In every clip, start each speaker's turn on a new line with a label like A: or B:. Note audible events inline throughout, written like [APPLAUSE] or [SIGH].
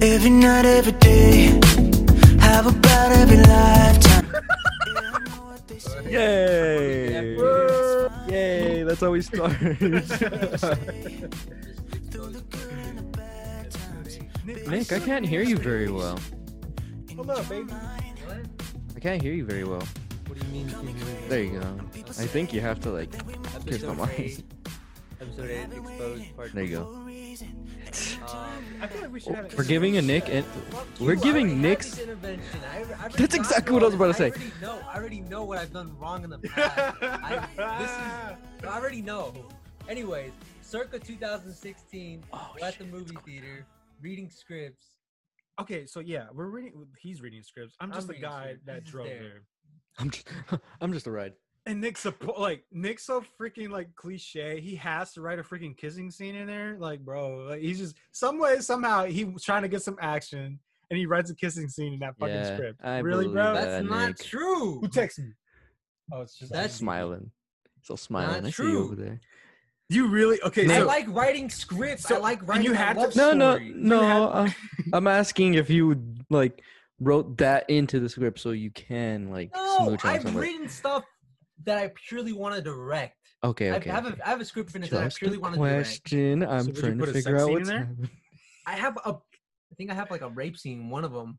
A: Every night, every day. How about every lifetime? Yeah, I know what they say.
B: Yay! Yay! That's how we [LAUGHS] start.
A: Through the good and the bad times.
B: Nick, I can't hear you very well.
C: Hold up, baby.
B: I can't hear you very well.
D: What do you mean? Can you hear
B: There you go. I think you have to like
D: me?
B: kiss my
D: Episode eight.
B: mic.
D: Episode eight, exposed part.
B: There you go.
D: go. Um,
C: I feel like we should have.
B: We're Oh, giving a Nick and
D: fuck
B: We're
D: you, I
B: giving
D: already had
B: Nick's-
D: this intervention. I alre- I already
B: That's
D: got
B: exactly what I was
D: one.
B: about to say.
D: I already know. I already know what I've done wrong in the past.
C: [LAUGHS]
D: I-
C: I,
D: I already know. Anyways, circa 2016,
B: Oh,
D: we're at the movie theater reading scripts.
C: okay, so yeah, we're reading. He's reading scripts. I'm
D: I'm
C: just the
D: reading
C: guy
D: scripts.
C: that
D: He's
C: drove
D: there.
C: there.
B: I'm just, [LAUGHS] I'm just a ride.
C: And Nick's support, like Nick's so freaking like cliche. He has to write a freaking kissing scene in there. Like, bro, like he's just some way somehow he was trying to get some action, and he writes a kissing scene in that fucking
B: Yeah,
C: script.
B: I
C: really,
B: believe
C: bro?
B: that.
D: That's not
B: Nick.
D: true.
C: Who texts me? Oh, it's
B: He's
C: just
D: That's-
B: smiling. Still smiling.
D: Not
B: I see you
D: true.
B: over there.
C: you. Really? Okay,
D: I
C: so
D: like writing scripts. I
C: So-
D: like
C: and
D: writing.
C: you
D: a
C: had to-
D: love
B: No, no,
D: story.
B: no.
C: had-
B: uh, I'm asking if you would, like wrote that into the script so you can like
D: No,
B: smooch on
D: I've
B: somebody.
D: written stuff that I purely want to direct.
B: okay,
D: I-
B: okay.
D: I have
B: okay.
D: a, I have a script finished that I
B: Just
D: purely
B: a
D: want to direct.
B: question. I'm
C: So would you
B: trying
C: put
B: to
C: a
B: figure
C: sex
B: out
C: scene
B: what's
C: in there?
B: happening.
D: I have a. I think I have like a rape scene. in One of them.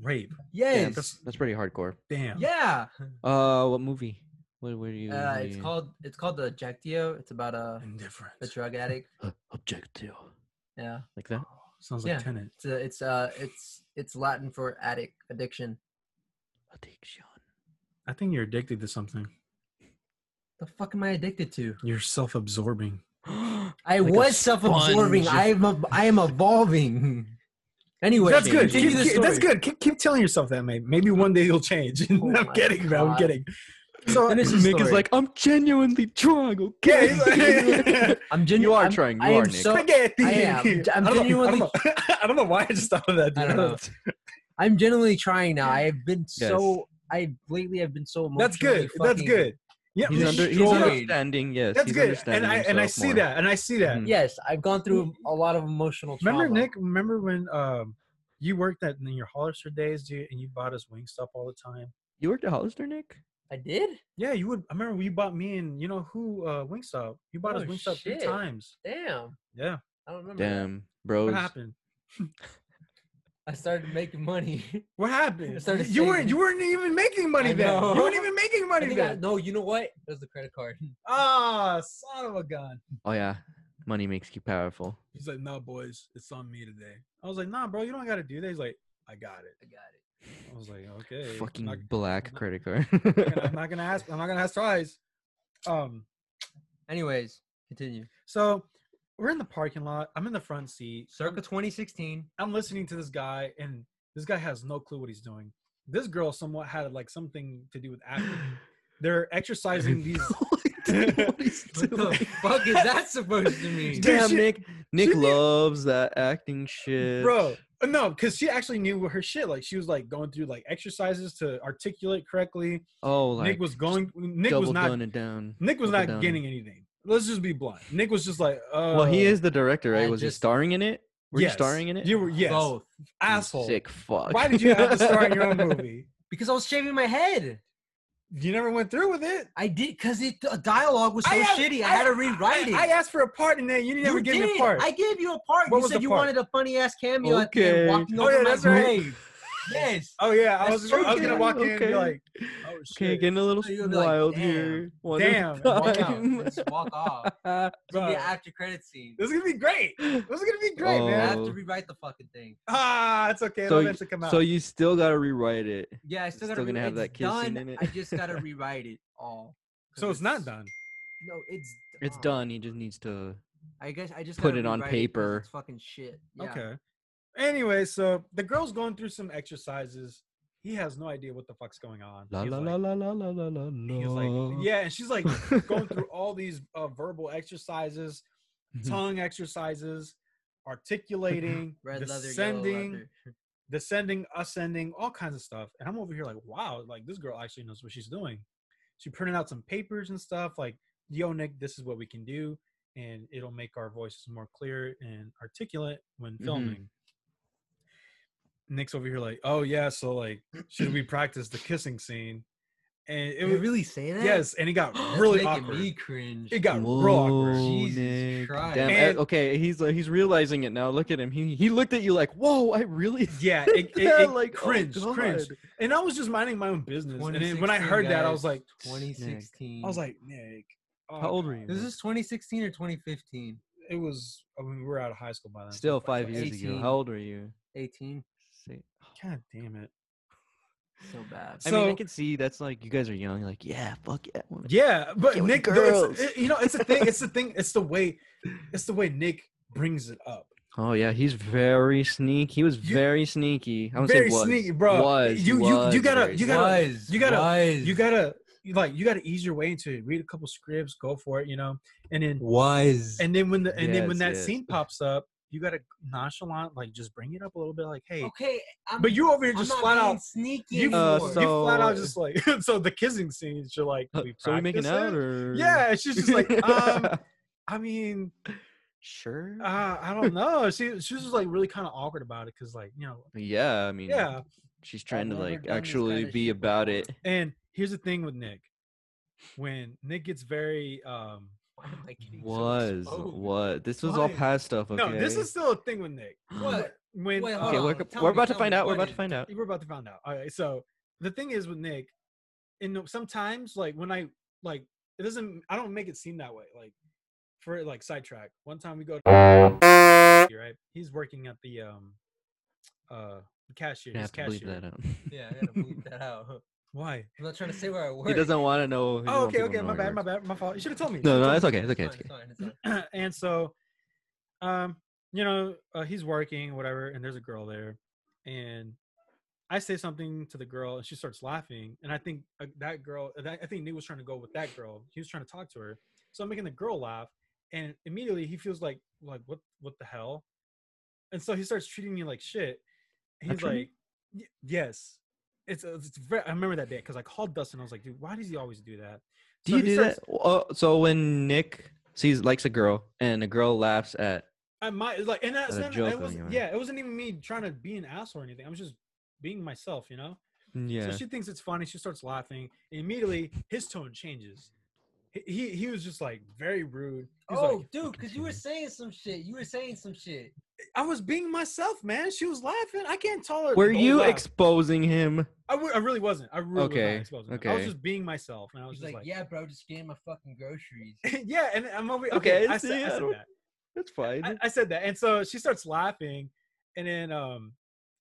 C: rape.
B: Yeah,
D: Yes.
B: that's, [LAUGHS] that's pretty hardcore.
C: Damn.
D: Yeah.
B: Uh, what movie? What were you?
D: Uh, it's
B: you-
D: called. It's called the Jactio. It's about a
C: Indifference.
D: a drug addict.
B: [GASPS] Uh, Objectio.
D: Yeah.
B: Like that.
C: Sounds
D: Yeah.
C: like tenant.
D: It's a, it's uh it's it's Latin for addict addiction.
B: Addiction.
C: I think you're addicted to something.
D: The fuck am I
B: [GASPS]
D: addicted to?
C: You're self-absorbing.
D: I
B: Like a
D: was self-absorbing.
B: sponge.
D: I am a, I am evolving. Anyway,
C: That's good.
D: continue
C: Keep,
D: the
C: keep- that's
D: story.
C: good. Keep, keep telling yourself that, mate. Maybe one day you'll change. [LAUGHS]
D: Oh
C: I'm
D: my
C: kidding, man. I'm
D: God.
C: kidding. So
B: And this Mick is like, I'm genuinely trying,
C: yeah,
B: okay?
C: he's like, [LAUGHS]
D: I'm genuine.
B: You are
D: I'm,
B: trying, you
D: I
B: are,
D: am
B: Nick.
D: so
C: spaghetti.
D: I am. I'm
C: [LAUGHS] I don't know- I
D: genuinely-
C: don't know- [LAUGHS] I don't know why I just thought of that.
D: I don't know.
C: dude.
D: I'm genuinely trying now. I have been
B: Yes.
D: so I lately I've been so emotionally
C: That's good. That's
D: fucking-
C: good. Yeah,
B: [LAUGHS] He's, under, he's
D: Destroyed.
B: understanding, yes.
C: that's
B: he's
C: good. And
B: understanding
C: I and I
B: himself
C: see
B: more.
C: that. And I see that.
B: Mhm.
D: Yes, I've gone
B: Mm.
D: through a lot of emotional Mm-hmm. trauma.
C: Remember, Nick? Remember when um you worked at in your Hollister days, dude, and you bought us wing stuff all the time.
B: You worked at Hollister, Nick?
D: I did?
C: Yeah, you would. I remember you bought me and you know who uh, Wingstop. You bought us
D: Oh,
C: Wingstop three
D: shit.
C: times.
D: Damn.
C: Yeah.
D: I don't remember. that.
B: Damn, bros.
C: What happened?
D: I started making money. [LAUGHS]
C: What
D: I
C: happened?
D: started
C: You weren't.
D: saving.
C: You weren't even making money
D: I
C: then. You
D: know.
C: weren't even making
D: I
C: money
D: think I,
C: then.
D: no, you know what? It was the credit card. [LAUGHS]
C: Ah, son of a gun.
B: Oh, yeah. Money makes you powerful.
C: He's like, nah, boys, it's on me today. I was like, nah, bro, you don't got to do that. He's like, I got it.
D: I got it.
C: I was like, okay.
B: Fucking
D: [LAUGHS]
C: I'm
B: black
C: not-
B: credit card.
C: not, I'm not gonna ask. I'm not gonna ask twice. Um.
D: Anyways, continue.
C: So we're in the parking lot. I'm in the front seat.
D: Circa
C: [LAUGHS]
D: 2016.
C: I'm listening to this guy, and this guy has no clue what he's doing. This girl somewhat had like something to do with
D: [LAUGHS]
C: acting. They're exercising these.
B: [LAUGHS]
C: [LAUGHS]
B: what he's
D: What
B: doing.
D: the fuck is that supposed to
C: [LAUGHS]
D: mean?
C: Dude,
B: Damn,
C: she-
B: Nick. Nick
C: she-
B: loves that acting shit.
C: bro uh, no because she actually knew her shit like she was like going through like exercises to articulate correctly
B: Oh, like
C: nick was going nick
B: double
C: was not
B: done it down.
C: nick was
B: double
C: not
B: down.
C: getting anything let's just be blunt nick was just like uh,
B: well, he is the director, right?
D: I
B: Was he
D: just-
B: starring in it? Were
C: yes.
B: you starring in it? Oh,
C: you were yes
D: Both.
C: asshole
B: Sick fuck.
C: [LAUGHS] why did you have to star in your
B: [LAUGHS]
C: own [LAUGHS] movie
D: Because I was shaving my head.
C: you never went through with it
D: I did because it the dialogue was so
C: I had-
D: shitty. I, had to rewrite it.
C: I, I asked for a part and then you didn't ever
D: you
C: give
D: did.
C: me a part
D: I gave you a part.
C: What
D: you
C: was
D: said
C: the
D: you
C: part?
D: wanted a funny ass cameo at the
B: Okay.
D: end, walking
C: Oh,
D: over
C: yeah,
D: my
C: that's right.
D: grave.
C: [LAUGHS]
D: yes.
C: oh yeah i was,
D: That's
C: I was
D: true,
C: gonna
D: dude.
C: walk in and be
B: Okay.
C: like oh
B: Okay,
C: shit
B: getting a little
D: So you'll be like,
B: wild
D: "Damn,
B: here. One
C: damn,"
B: [LAUGHS] at
C: and
B: a
C: walk
D: Walk out.
B: time.
D: Just walk off. It's
C: Oh, Bro,
D: gonna be an after credit scene.
C: this is gonna be great this is gonna be great
B: Oh.
D: I
C: man
D: have to rewrite the fucking thing.
C: ah it's okay
B: So
C: it'll
B: you-
C: eventually come out
B: so you still gotta rewrite it.
D: Yeah, I still
B: It's
D: gotta.
B: still gonna
D: re-
B: have
D: it's
B: that kiss scene in
D: done.
B: it.
D: I just gotta rewrite it all. 'cause
C: [LAUGHS] So it's not done.
D: No, it's oh.
B: It's done. He just needs to.
D: I guess I just
B: Put
D: gotta
B: it on
D: rewrite 'cause
B: paper.
D: It's fucking shit. Yeah. [LAUGHS]
C: Okay. Anyway, so the girl's going through some exercises. He has no idea what the fuck's going on.
B: La
C: he's
B: la
C: like,
B: la la la la la la
C: He's like,
B: la.
C: yeah, and she's like going
B: [LAUGHS]
C: through all these uh, verbal exercises,
B: Mm-hmm.
C: tongue exercises,
B: [LAUGHS]
C: articulating,
D: Red leather, yellow
C: descending,
D: leather.
C: descending, ascending, all kinds of stuff. And I'm over here like, wow, like this girl actually knows what she's doing. She printed out some papers and stuff like, yo, Nick, this is what we can do. And it'll make our voices more clear and articulate when
B: Mhm.
C: filming. Nick's over here like, oh yeah, so like, should we practice the kissing scene? And it
D: Did
C: was
D: we really say that? [GASPS]
C: yes, and it
B: [GASPS]
C: got
D: That's
C: really
D: making
C: awkward.
D: me cringe.
C: It got real awkward.
D: Jesus
B: Nick.
D: Christ.
B: Damn,
C: And-
B: eh, okay, he's like, he's realizing it now. Look at him. He he looked at you like, whoa, I really [LAUGHS]
C: Yeah, it, it,
B: Yeah,
C: it
B: like, oh,
C: cringe, cringe.
B: God.
C: And I was just minding my own business. And then when I heard that, I was like,
D: 2016.
C: I was like, Nick, oh,
B: How old were you?
D: this is 2016 or 2015?
C: It was. I mean, we were out of high school by then.
B: Still five years e ago.
D: 18.
B: How old are you?
D: 18.
B: Say-
C: [LAUGHS] God damn it.
D: So bad.
B: I mean, I
C: So-
B: can see that's like you guys are young. Like, yeah, fuck yeah. I wanna-
C: Yeah, but
B: Get with
C: Nick,
B: the
C: though,
B: girls.
C: it's, it- you know, it's a thing. It's the thing. It's the way. It's the way Nick brings it up.
B: Oh yeah, he's very sneaky. He was
C: You-
B: very sneaky. I would
C: Very
B: say was.
C: sneaky, bro.
B: Was
C: You- you- you
B: was
C: gotta-
B: very
C: you gotta-
D: was,
C: you gotta-
D: was,
C: You gotta you like you gotta ease your way into it. Read a couple scripts, go for it, you know, and then
D: was.
C: and then when the and then
B: Yes,
C: when that
B: yes.
C: scene pops up, you gotta nonchalant like just bring it up a little bit, like hey.
D: okay, I'm,
C: But you over here
D: I'm
C: just
D: not
C: flat
D: being
C: out.
D: sneaky.
C: You,
B: Uh,
D: anymore.
C: you
B: so-
C: flat out just like [LAUGHS] so the kissing scenes. You're like,
B: Uh,
C: we
B: so we making
C: practice
B: out
C: it?
B: or
C: Yeah, she's just like, um,
B: [LAUGHS]
C: I mean,
B: sure.
C: Uh, I don't know. She she was like really kind of awkward about it because like you know
B: yeah, I mean,
C: yeah.
B: she's trying to
D: never done
B: like
D: this
B: actually
D: kinda
B: be
D: shit
B: about
D: before.
B: it.
C: And here's the thing with Nick, when Nick gets very um
D: Why am I getting so
B: Was
D: exposed?
B: what? This was all
D: Why?
B: past stuff. Okay.
C: no, this is still a thing with Nick.
D: What?
C: When
D: Wait, hold
B: okay.
C: uh,
D: on.
B: We're,
D: tell
B: we're
D: me,
B: about to
D: tell
B: find
D: me,
B: out. We're
D: what
B: about
D: is
B: to find out.
C: we're about to find out. All right, so the thing is with Nick, and sometimes like when I like it doesn't I don't make it seem that way. Like for like sidetrack. One time we go to [LAUGHS] right, he's working at the um uh the cashier.
B: You
C: His
B: have to bleep
C: cashier.
B: that out.
D: Yeah,
B: [LAUGHS]
D: I gotta bleep that out.
C: Why?
D: I'm not trying to say where I work.
B: he doesn't want to know. he
C: Oh,
B: don't
C: okay,
B: want people
C: okay.
B: to
C: My
B: know where
C: bad,
B: he
C: my
B: works.
C: bad, my fault. You should have told me.
B: No, no,
C: Should've
B: it's
C: told
B: okay. It's
C: me.
B: okay.
D: It's
B: It's
D: fine,
B: okay.
D: it's fine, it's fine.
C: [CLEARS THROAT] and so um you know uh, he's working whatever and there's a girl there and i say something to the girl and she starts laughing and i think uh, that girl that, i think nick was trying to go with that girl he was trying to talk to her so i'm making the girl laugh and immediately he feels like like what what the hell and so he starts treating me like shit he's
B: Actually?
C: like "Y- yes it's, it's very, i remember that day because i called dustin i was like dude why does he always do that
B: Do
C: So
B: you
C: he
B: do
C: starts-
B: that? Oh, so when Nick sees likes a girl and a girl laughs at
C: I might like, and that's
B: As a
C: not,
B: joke
C: it
B: on
C: wasn't,
B: your-
C: yeah, it wasn't even me trying to be an asshole or anything. I was just being myself, you know.
B: yeah.
C: So she thinks it's funny. She starts laughing. And immediately, his tone changes. He he, he was just like very rude. He was
D: Oh,
C: like,
D: dude, because you were saying some shit. You were saying some shit.
C: I was being myself, man. She was laughing. I can't tolerate.
B: Were
C: the
B: you
C: laugh.
B: exposing him?
C: I, w- I really wasn't. I really
B: Okay,
C: was not exposing him. I was
B: okay.
C: just being myself, and I was
D: He's
C: just
D: like,
C: like,
D: yeah, bro, just getting my fucking groceries.
C: [LAUGHS] yeah, and I'm over. Okay,
B: Okay,
C: I,
B: see,
C: said, I
B: I
C: said
B: don't-
C: that.
B: That's fine.
C: I, I said that, and so she starts laughing, and then um,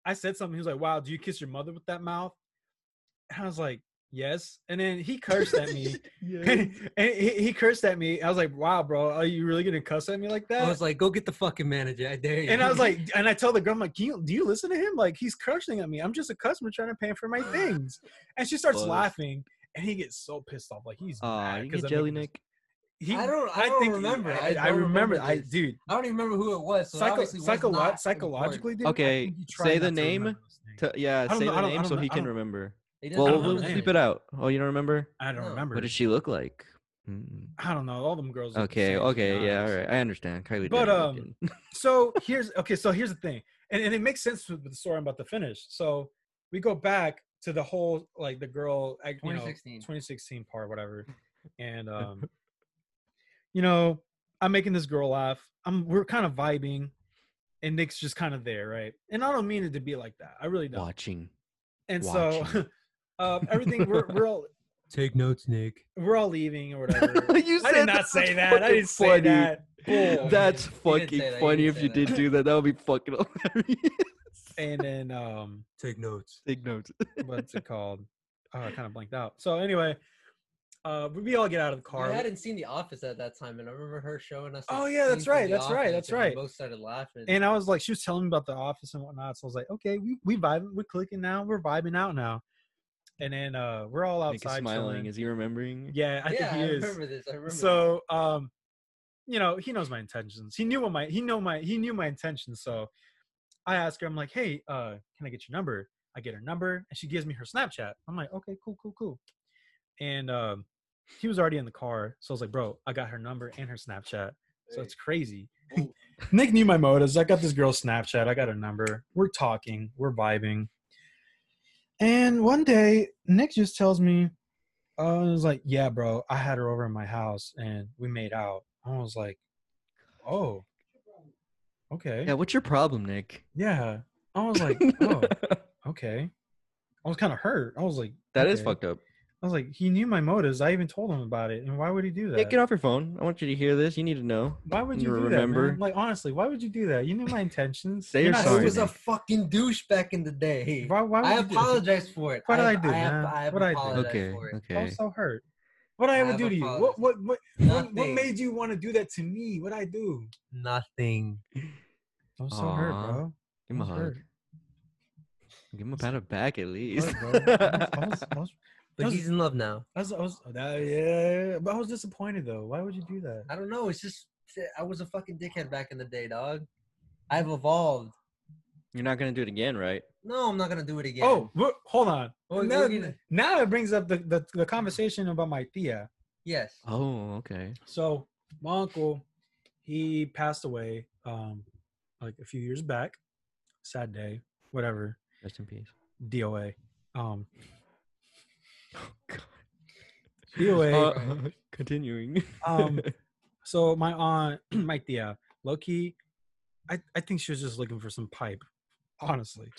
C: I said something. He was like, "Wow, do you kiss your mother with that mouth?" And I was like, "Yes." And then he cursed at
B: [LAUGHS]
C: me, [LAUGHS] and he, he cursed at me. I was like, "Wow, bro, are you really gonna cuss at me like that?"
D: I was like, go get the fucking manager. I dare you.
C: and I was
B: [LAUGHS]
C: like, and I tell the girl, I'm like, Can you, "Do you listen to him? Like, he's cursing at me. I'm just a customer trying to pay for my things." And she starts
B: Buzz.
C: laughing, and he gets so pissed off, like he's
B: Aw,
C: mad
B: you
C: 'cause
B: get
C: I'm
B: jelly,
C: making this-
B: Nick.
D: [LAUGHS]
C: He,
D: I don't- I don't
C: he-
D: remember.
C: I,
D: I
C: I
D: don't
C: remember.
D: remember
C: I
D: this.
C: dude.
D: I don't even remember who it was. So it
C: Psycho,
D: obviously was
C: psycholo-
D: not
C: psychologically,
D: important.
C: dude, I
B: Okay,
C: think he
B: say
C: tried
B: the
C: not to
B: name
C: remember this name.
B: T- yeah,
C: don't
B: say
C: know- I
B: the
C: don't- I
B: name so
C: don't
B: he
C: know- I
B: can
C: don't-
B: remember.
D: He doesn't
B: Well,
C: don't
B: we'll
D: remember
C: know
B: we'll
C: the
D: names.
B: bleep it out. Oh, you don't remember?
C: I don't
D: No.
C: remember.
B: What did she look like? Mm.
C: I don't know. All them girls. look the
B: Okay,
C: same, to be
B: okay, yeah, all
C: honest.
B: right. I understand. Kylie
C: But,
B: Jenner
C: um,
B: again.
C: So here's okay. So here's the thing, and, and it makes sense with the story I'm about to finish. So we go back to the whole like the girl, I- you know,
D: 2016.
C: 2016 part, whatever, and um, you know, I'm making this girl laugh. I'm we're kind of vibing, and Nick's just kind of there, right? And I don't mean it to be like that. I really don't.
B: watching. [LAUGHS]
C: and so,
B: watching.
C: [LAUGHS] uh, everything we're we're all
D: Take notes, Nick.
C: we're all leaving or whatever.
B: [LAUGHS] you
C: I did not
B: that's
C: say that.
B: fucking
C: I didn't say
B: funny.
C: that. Bull.
B: That's
D: You didn't say
B: fucking
D: that, you
B: funny
D: didn't
B: if
D: say
B: you did
D: that.
B: do that. That would be fucking [LAUGHS] hilarious.
C: and then um
D: Take notes.
B: Take notes. [LAUGHS]
C: what's it called oh i kind of blanked out so anyway uh we- we all get out of the car
D: I hadn't seen The Office at that time, and I remember her showing us.
C: Oh,
D: a
C: yeah, that's
D: scene from
C: right,
D: The
C: that's right,
D: Office,
C: that's
D: and we
C: right.
D: both started laughing.
C: and i was like she was telling me about the office and whatnot so i was like okay we, we vibing we're clicking now we're vibing out now and then uh we're all
B: Nick is
C: outside
B: smiling.
C: chilling.
B: Is he remembering?
C: yeah i
D: yeah,
C: think he
D: I
C: is
D: remember this. I remember. this.
C: so um you know he knows my intentions he knew what my he know my he knew my intentions so i ask her i'm like hey uh can i get your number i get her number and she gives me her snapchat i'm like okay cool cool cool and um he was already in the car so i was like bro i got her number and her snapchat so it's crazy
D: Well,
C: [LAUGHS] Nick knew my motives. I got this girl's Snapchat. I got her number. We're talking. We're vibing. And one day, Nick just tells me, uh, I was like, yeah, bro, I had her over in my house and we made out. I was like, oh, okay.
B: Yeah, what's your problem, [LAUGHS] Nick?
C: Yeah. I
B: [LAUGHS]
C: was like, oh, okay. I was kind of hurt. I was like,
B: That is
C: okay.
B: fucked up.
C: I was like, he knew my motives. I even told him about it. And why would he do that?
B: Nick, get off your phone. I want you to hear this. You need to know.
C: Why would
B: You
C: you do that?
B: remember?
C: Man? Like honestly, why would you do that? You knew my intentions.
B: Say
C: You're
B: you're
C: not
B: sorry,
D: I was
C: stupid.
D: a
B: man.
D: fucking douche back in the day.
C: Why, why would
D: I
C: you do that?
D: apologize for it.
C: What did I do,
D: I,
C: man?
D: have, I have
C: What did I do?
D: apologized
B: Okay,
D: for it.
C: I
B: okay.
C: was so hurt. What did I
D: I
C: ever
D: have
C: do to you? What
D: apologized.
C: what what what, what
D: Nothing.
C: made you want to do that to me? What I do?
D: Nothing.
C: I was so hurt,
B: Aw.
C: bro.
B: Give him a
C: was
B: hug.
C: hurt.
B: Give him a pat on the back at least.
C: Hurt, bro. I was, I was,
D: But
C: Doesn't-
D: he's in love now.
C: I was, I was, I was uh, yeah, but I was disappointed though. Why would you do that?
D: I don't know. It's just I was a fucking dickhead back in the day, dog. I've evolved.
B: [LAUGHS] You're not gonna do it again, right?
D: No, I'm not gonna do it again.
C: Oh, wh- hold on.
D: Well,
C: now,
D: we're gonna-
C: now it brings up the, the, the conversation about my Thea.
D: yes.
B: Oh, okay.
C: So my uncle, he passed away um like a few years back. Sad day, whatever.
B: Rest in peace.
C: DOA. Um
B: God.
C: DOA.
B: [LAUGHS]
C: [LAUGHS]
B: Uh, continuing. [LAUGHS]
C: um so my aunt, [CLEARS THROAT] my tia, Loki, I, I think she was just looking for some pipe, honestly.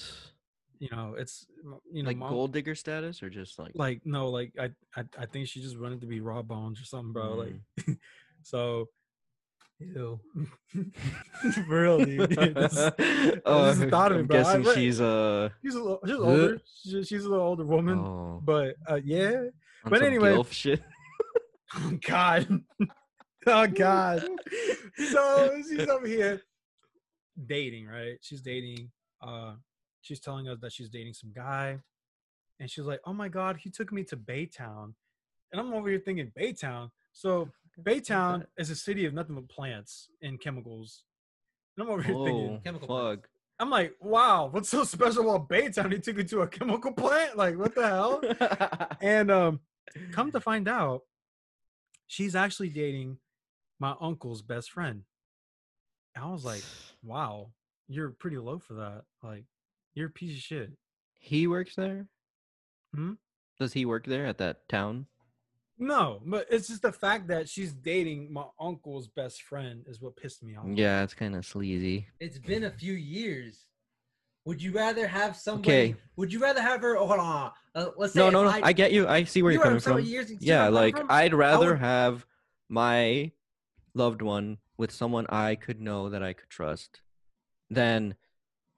C: You know, it's you know
B: like
C: my-
B: gold digger status or just like [LAUGHS]
C: like [LAUGHS] no, like I, I I think she just wanted to be raw bones or something, bro. Like [LAUGHS] so
D: Ew.
C: [LAUGHS] for real, dude. [LAUGHS] This-
B: Uh,
C: just thought of it,
B: I'm
C: bro. I
B: guessing
C: read-
B: she's uh
C: She's a little, she's
B: Bleh.
C: [LAUGHS] older. She, she's a little older woman,
B: oh,
C: but uh, yeah.
B: on
C: but
B: some
C: anyway-
B: gilf
C: [LAUGHS]
B: shit.
C: Oh [LAUGHS] God. oh God. So she's over here dating, right? She's dating. Uh, she's telling us that she's dating some guy, and she's like, "Oh my God, he took me to Baytown," and I'm over here thinking Baytown. So Baytown is a city of nothing but plants and chemicals. And I'm over here thinking,
B: Oh,
D: chemical
B: fuck.
C: I'm like, wow, what's so special about Baytown? He took it to a chemical plant? Like, what
B: [LAUGHS]
C: the hell? and um, come to find out, she's actually dating my uncle's best friend. And I
B: [SIGHS]
C: was like, wow, you're pretty low for that. Like, you're a piece of shit.
B: he works there.
C: Hmm?
B: Does he work there at that town?
C: No, but it's just the fact that she's dating my uncle's best friend is what pissed me off.
B: Yeah, it's kind of sleazy.
D: It's been a few years. Would you rather have somebody?
B: Okay.
D: Would you rather have her? Oh, hold on. Uh, let's say
B: No,
D: if
B: no, no.
D: I,
B: I get you. I see where
D: you
B: you're
D: know what I'm
B: coming
D: saying?
B: from.
D: Years, you see where I'm
B: Yeah,
D: coming
B: like
D: from?
B: I'd rather
D: would-
B: have my loved one with someone I could know that I could trust than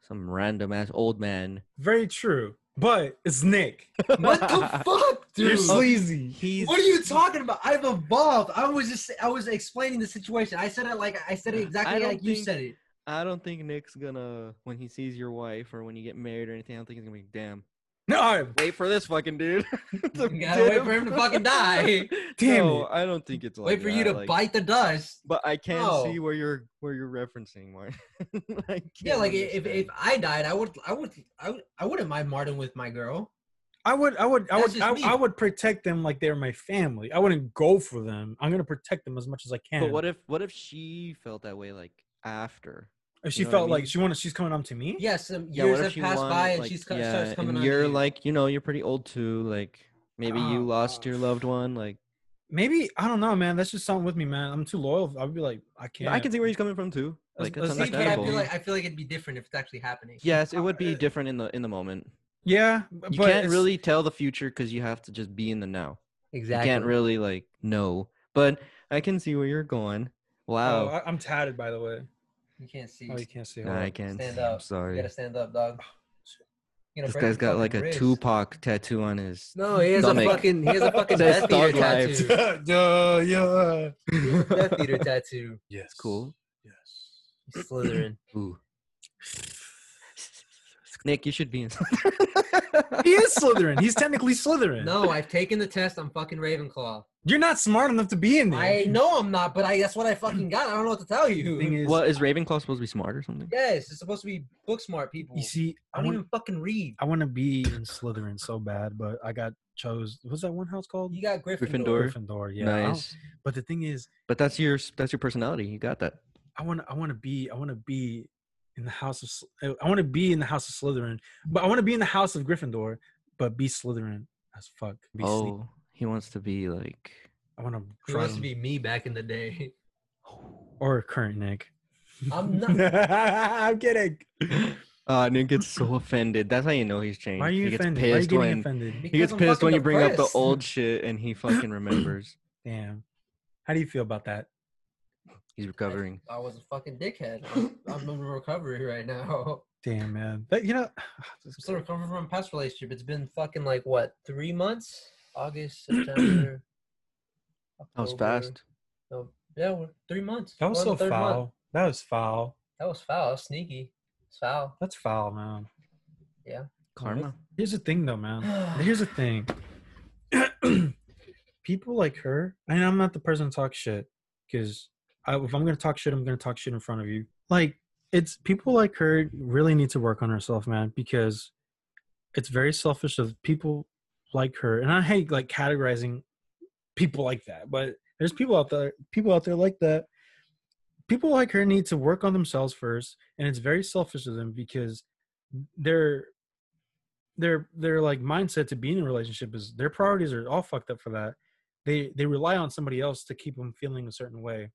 B: some random ass old man.
C: Very true. But
B: [LAUGHS]
C: it's Nick.
D: What the fuck,
C: You're
D: dude?
C: sleazy.
B: He's
D: What are you talking about? I've evolved. I was just I was explaining the situation. I said it like I said it
B: I
D: exactly
B: don't
D: like you
B: think-
D: said it.
B: I don't think Nick's gonna when he sees your wife or when you get married or anything. I don't think he's gonna be damn.
C: No, all right,
B: Wait for this fucking dude. [LAUGHS] to
D: You gotta wait
B: damn-
D: for him to fucking die.
C: Damn
B: [LAUGHS] no,
C: it.
B: I don't think it's like
D: Wait for you
B: that,
D: to
B: like-
D: bite the dust.
B: But I can
D: No.
B: see where you're where you're referencing, Martin. [LAUGHS] I
D: Yeah,
B: can
D: like if,
B: understand.
D: if I died, I would I would I, would, I wouldn't mind Martin with my girl.
C: I would, I would, I
D: That's
C: would, I,
D: just
C: I
D: me.
C: would protect them like they're my family. I wouldn't go for them. I'm gonna protect them as much as I can.
B: But what if what if she felt that way like after?
C: if she
B: you know what I
C: felt like
B: mean?
C: she wanted? She's coming up to me.
D: Yes, some
B: Yeah,
D: years
B: what if
D: have
B: she
D: passed
B: wanted,
D: by and
B: like,
D: she's co-
B: yeah,
D: starts coming
B: and
D: on.
B: you're
D: you.
B: like you know you're pretty old too. Like maybe
C: Oh,
B: you lost
C: God.
B: your loved one. Like
C: Maybe I don't know, man. That's just something with me, man. I'm too loyal. I'd be like, I can't.
B: I can see where he's coming from too.
C: Let's-
B: Like that's
C: let's see,
D: See, but I
B: understandable.
D: feel like I feel like it'd be different if it's actually happening.
B: yes, it would
C: uh,
B: be different in the in the moment.
C: Yeah, b-
B: You
C: but
B: can't
C: it's-
B: really tell the future because you have to just be in the now.
D: exactly.
B: You can't really like know. But I can see where you're going.
C: Oh,
B: Wow.
C: I, I'm tatted, by the way.
D: You can't see.
C: Oh, you can't see.
B: Nah,
C: hold
B: I
C: on.
B: can't.
D: Stand
B: see, I'm
D: up. You
B: sorry.
D: gotta stand up, dog. You know,
B: this
D: break
B: guy's
D: your
B: got
D: fucking
B: like a
D: wrist.
B: Tupac tattoo on his.
D: No, he has
B: stomach.
D: a fucking he has
C: [LAUGHS]
B: [LAUGHS]
D: a fucking
B: Says
D: Death Eater
B: Thug Life. [LAUGHS]
D: tattoo.
C: Duh, yeah.
D: Death Eater tattoo.
C: Yes.
B: cool.
C: Yes.
D: He's Slytherin.
C: [LAUGHS]
B: Ooh. Nick, you should be in.
C: He is Slytherin. He's technically Slytherin.
D: No, I've taken the test. I'm fucking Ravenclaw.
C: you're not smart enough to be in there.
D: I know I'm not, but I that's what I fucking got. I don't know what to tell you.
C: Thing is,
B: what is Ravenclaw supposed to be smart or something?
D: yes, it's supposed to be book smart people.
C: you see,
D: I
C: I
D: don't
C: want
D: even fucking read.
C: I want to be in Slytherin so bad, but I got chose. What's that one house called?
D: You got Gryffindor.
B: Gryffindor.
C: Gryffindor. Yeah. I don't-
B: nice,
C: But the thing is,
B: but that's your that's your personality. You got that.
C: I want I want to be I want to be in the house of Sly- I want to be in the house of Slytherin, but I want to be in the house of Gryffindor, but be Slytherin as fuck. Be Sly-
B: Oh, he wants to be like.
C: I want
D: He
C: to
D: wants to be me back in the day.
C: or current Nick. [LAUGHS]
D: I'm not.
C: I'm kidding.
B: Uh, Nick gets
C: [LAUGHS]
B: so offended. That's how you know he's changed.
C: Why are you
B: he
C: offended?
B: Gets
C: Why are you
B: pissed
C: getting
B: when,
C: offended?
B: He
D: Because
B: gets
D: I'm
B: pissed when
D: fucking
B: you bring up the
D: depressed.
B: old shit and he fucking
C: [CLEARS THROAT]
B: remembers.
C: Damn. How do you feel about that?
B: He's recovering.
D: I was a fucking dickhead. I'm, I'm in recovery right now. [LAUGHS]
C: Damn man. But you know, [SIGHS]
D: I'm still recovering from a past relationship. It's been fucking like what three months? August, [CLEARS THROAT] September.
B: That was
D: October.
B: fast.
D: No, yeah, we're- three months.
C: that was
D: We're on
C: so
D: the third month.
C: foul. That was foul.
D: That was foul. That was Sneaky. It's foul.
C: That's foul, man.
B: Karma.
C: Here's the thing, though, man.
D: [SIGHS]
C: Here's the thing. [CLEARS THROAT] People like her, and I'm not the person to talk shit because if I'm gonna talk shit, I'm gonna talk shit in front of you. Like it's people like her really need to work on herself, man, because it's very selfish of people like her. And I hate like categorizing people like that, but there's people out there, people out there like that. People like her need to work on themselves first, and it's very selfish of them because they're their their like mindset to be in a relationship is their priorities are all fucked up for that. They they rely on somebody else to keep them feeling a certain way.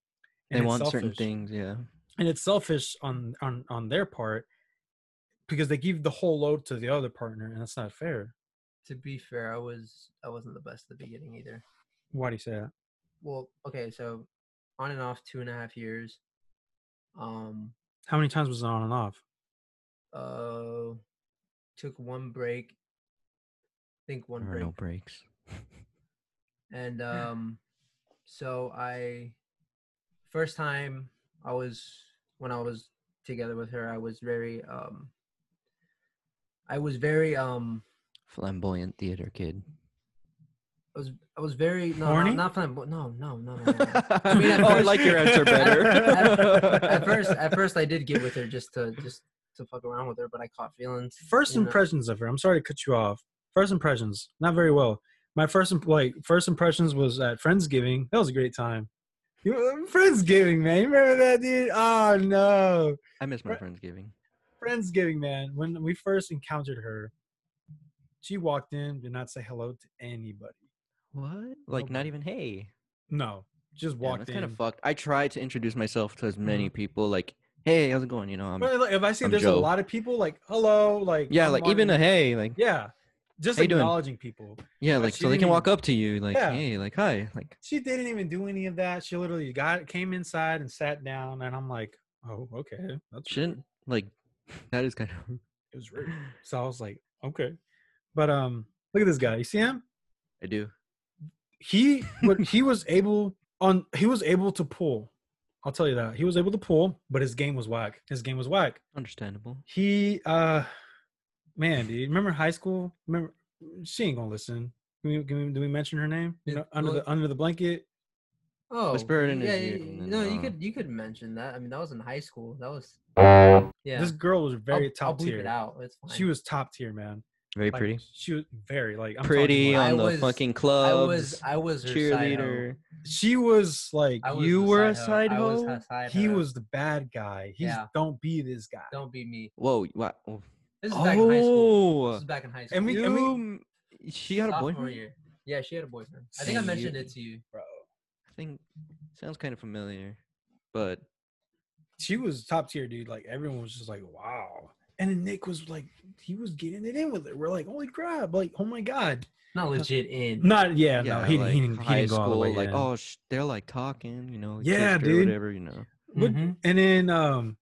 B: They
C: it's
B: want certain
C: selfish
B: things. Yeah.
C: and it's selfish on on on their part because they give the whole load to the other partner and that's not fair
D: To be fair, I was I wasn't the best at the beginning either.
C: why do you say that
D: Well, okay, so on and off two and a half years. Um,
C: how many times was it on and off
D: uh, took one break. I think one
B: There are
D: break.
B: no breaks.
D: And
C: Hmm.
D: um, so I, first time I was when I was together with her, I was very um. I was very um.
B: Flamboyant theater kid.
D: I was I was very no
C: Horny?
D: no not flamboyant. No no no no. no, no.
B: I
D: mean, at
B: I
D: first-
B: like your answer better.
D: [LAUGHS] At- at first at first I did get with her just to just to fuck around with her, but I caught feelings.
C: first
D: you know.
C: impressions of her i'm sorry to cut you off first impressions not very well my first imp- like first impressions was at friendsgiving that was a great time You- um, friendsgiving man you remember that dude oh no
B: I miss my friendsgiving.
C: Friendsgiving, man. When we first encountered her, she walked in, did not say hello to anybody.
B: What? Like not even hey.
C: No, just
B: Yeah,
C: walked
B: that's
C: in.
B: kind of fucked. I try to introduce myself to as
D: Mm-hmm.
B: many people. Like, hey, how's it going? You know, I'm.
C: But like, if I see
B: I'm
C: there's a
B: Joe.
C: lot of people, like hello, like
B: Yeah,
C: I'm
B: like even a
C: Martin.
B: hey, like
C: yeah, just
B: How you doing?
C: acknowledging people.
B: yeah,
C: but
B: like
C: she
B: so they
C: didn't
B: can walk
C: even-
B: up to you, like
C: Yeah.
B: hey, like hi, like
C: She didn't even do any of that. She literally got came inside and sat down, and I'm like, oh, okay, that's rude.
B: shouldn't like [LAUGHS] that is kind of.
C: It
D: [LAUGHS]
C: was rude. So I was like, okay, but um, look at this guy. You see him?
B: I do.
C: he
D: [LAUGHS]
C: what he was able on he was able to pull. I'll tell you that. He was able to pull, but his game was whack. His game was whack.
B: Understandable.
C: He uh man, dude, remember high school? Remember she ain't gonna listen. Can we, can we, do we mention her name? You
D: Yeah,
C: know, under
D: well-
C: the under the blanket.
D: Oh,
B: Whisper it in his
D: yeah,
B: ear
D: you-
B: and then,
D: no, you
B: uh,
D: could you could mention that. I mean, that was in high school. That was yeah.
C: This girl was
D: I'll-
C: very
D: I'll
C: top
D: bleep
C: tier.
D: it out. It's fine.
C: She was top tier, man.
B: Very
C: Like,
B: pretty.
C: She was very like I'm talking
B: pretty um,
C: like-
D: I
B: on the
D: was-
B: fucking
D: I
B: clubs.
D: was I was her
B: cheerleader.
C: she was like
D: Side hoe. I was
B: You
D: the
B: were a side
D: I was
B: hoe?
D: her side
C: he
D: hoe.
C: was the bad guy. He's
D: Yeah.
C: don't be this guy.
D: Don't be me.
B: Whoa! Wow. Oh,
D: This is back in high school. This is back in high school.
C: And we- and we-
B: you, m- she had a
D: Sophomore
B: boyfriend.
D: year. Yeah, she had a boyfriend. I think I
B: Same
D: mentioned
B: year.
D: it to you.
C: bro.
B: I think sounds kind of familiar, but
C: she was top tier, dude. Like everyone was just like, wow. And then Nick was like, he was getting it in with it. We're like, holy crap! Like, oh my god.
D: Not legit in.
C: Not yeah, no. He,
B: like,
C: he, didn't, he
B: high
C: didn't go all the
B: school,
C: way
B: like
C: in.
B: oh, sh- they're like talking, you know,
C: Yeah,
B: kissed or
C: dude.
B: whatever, you know.
C: What-
D: Mhm.
C: And then um,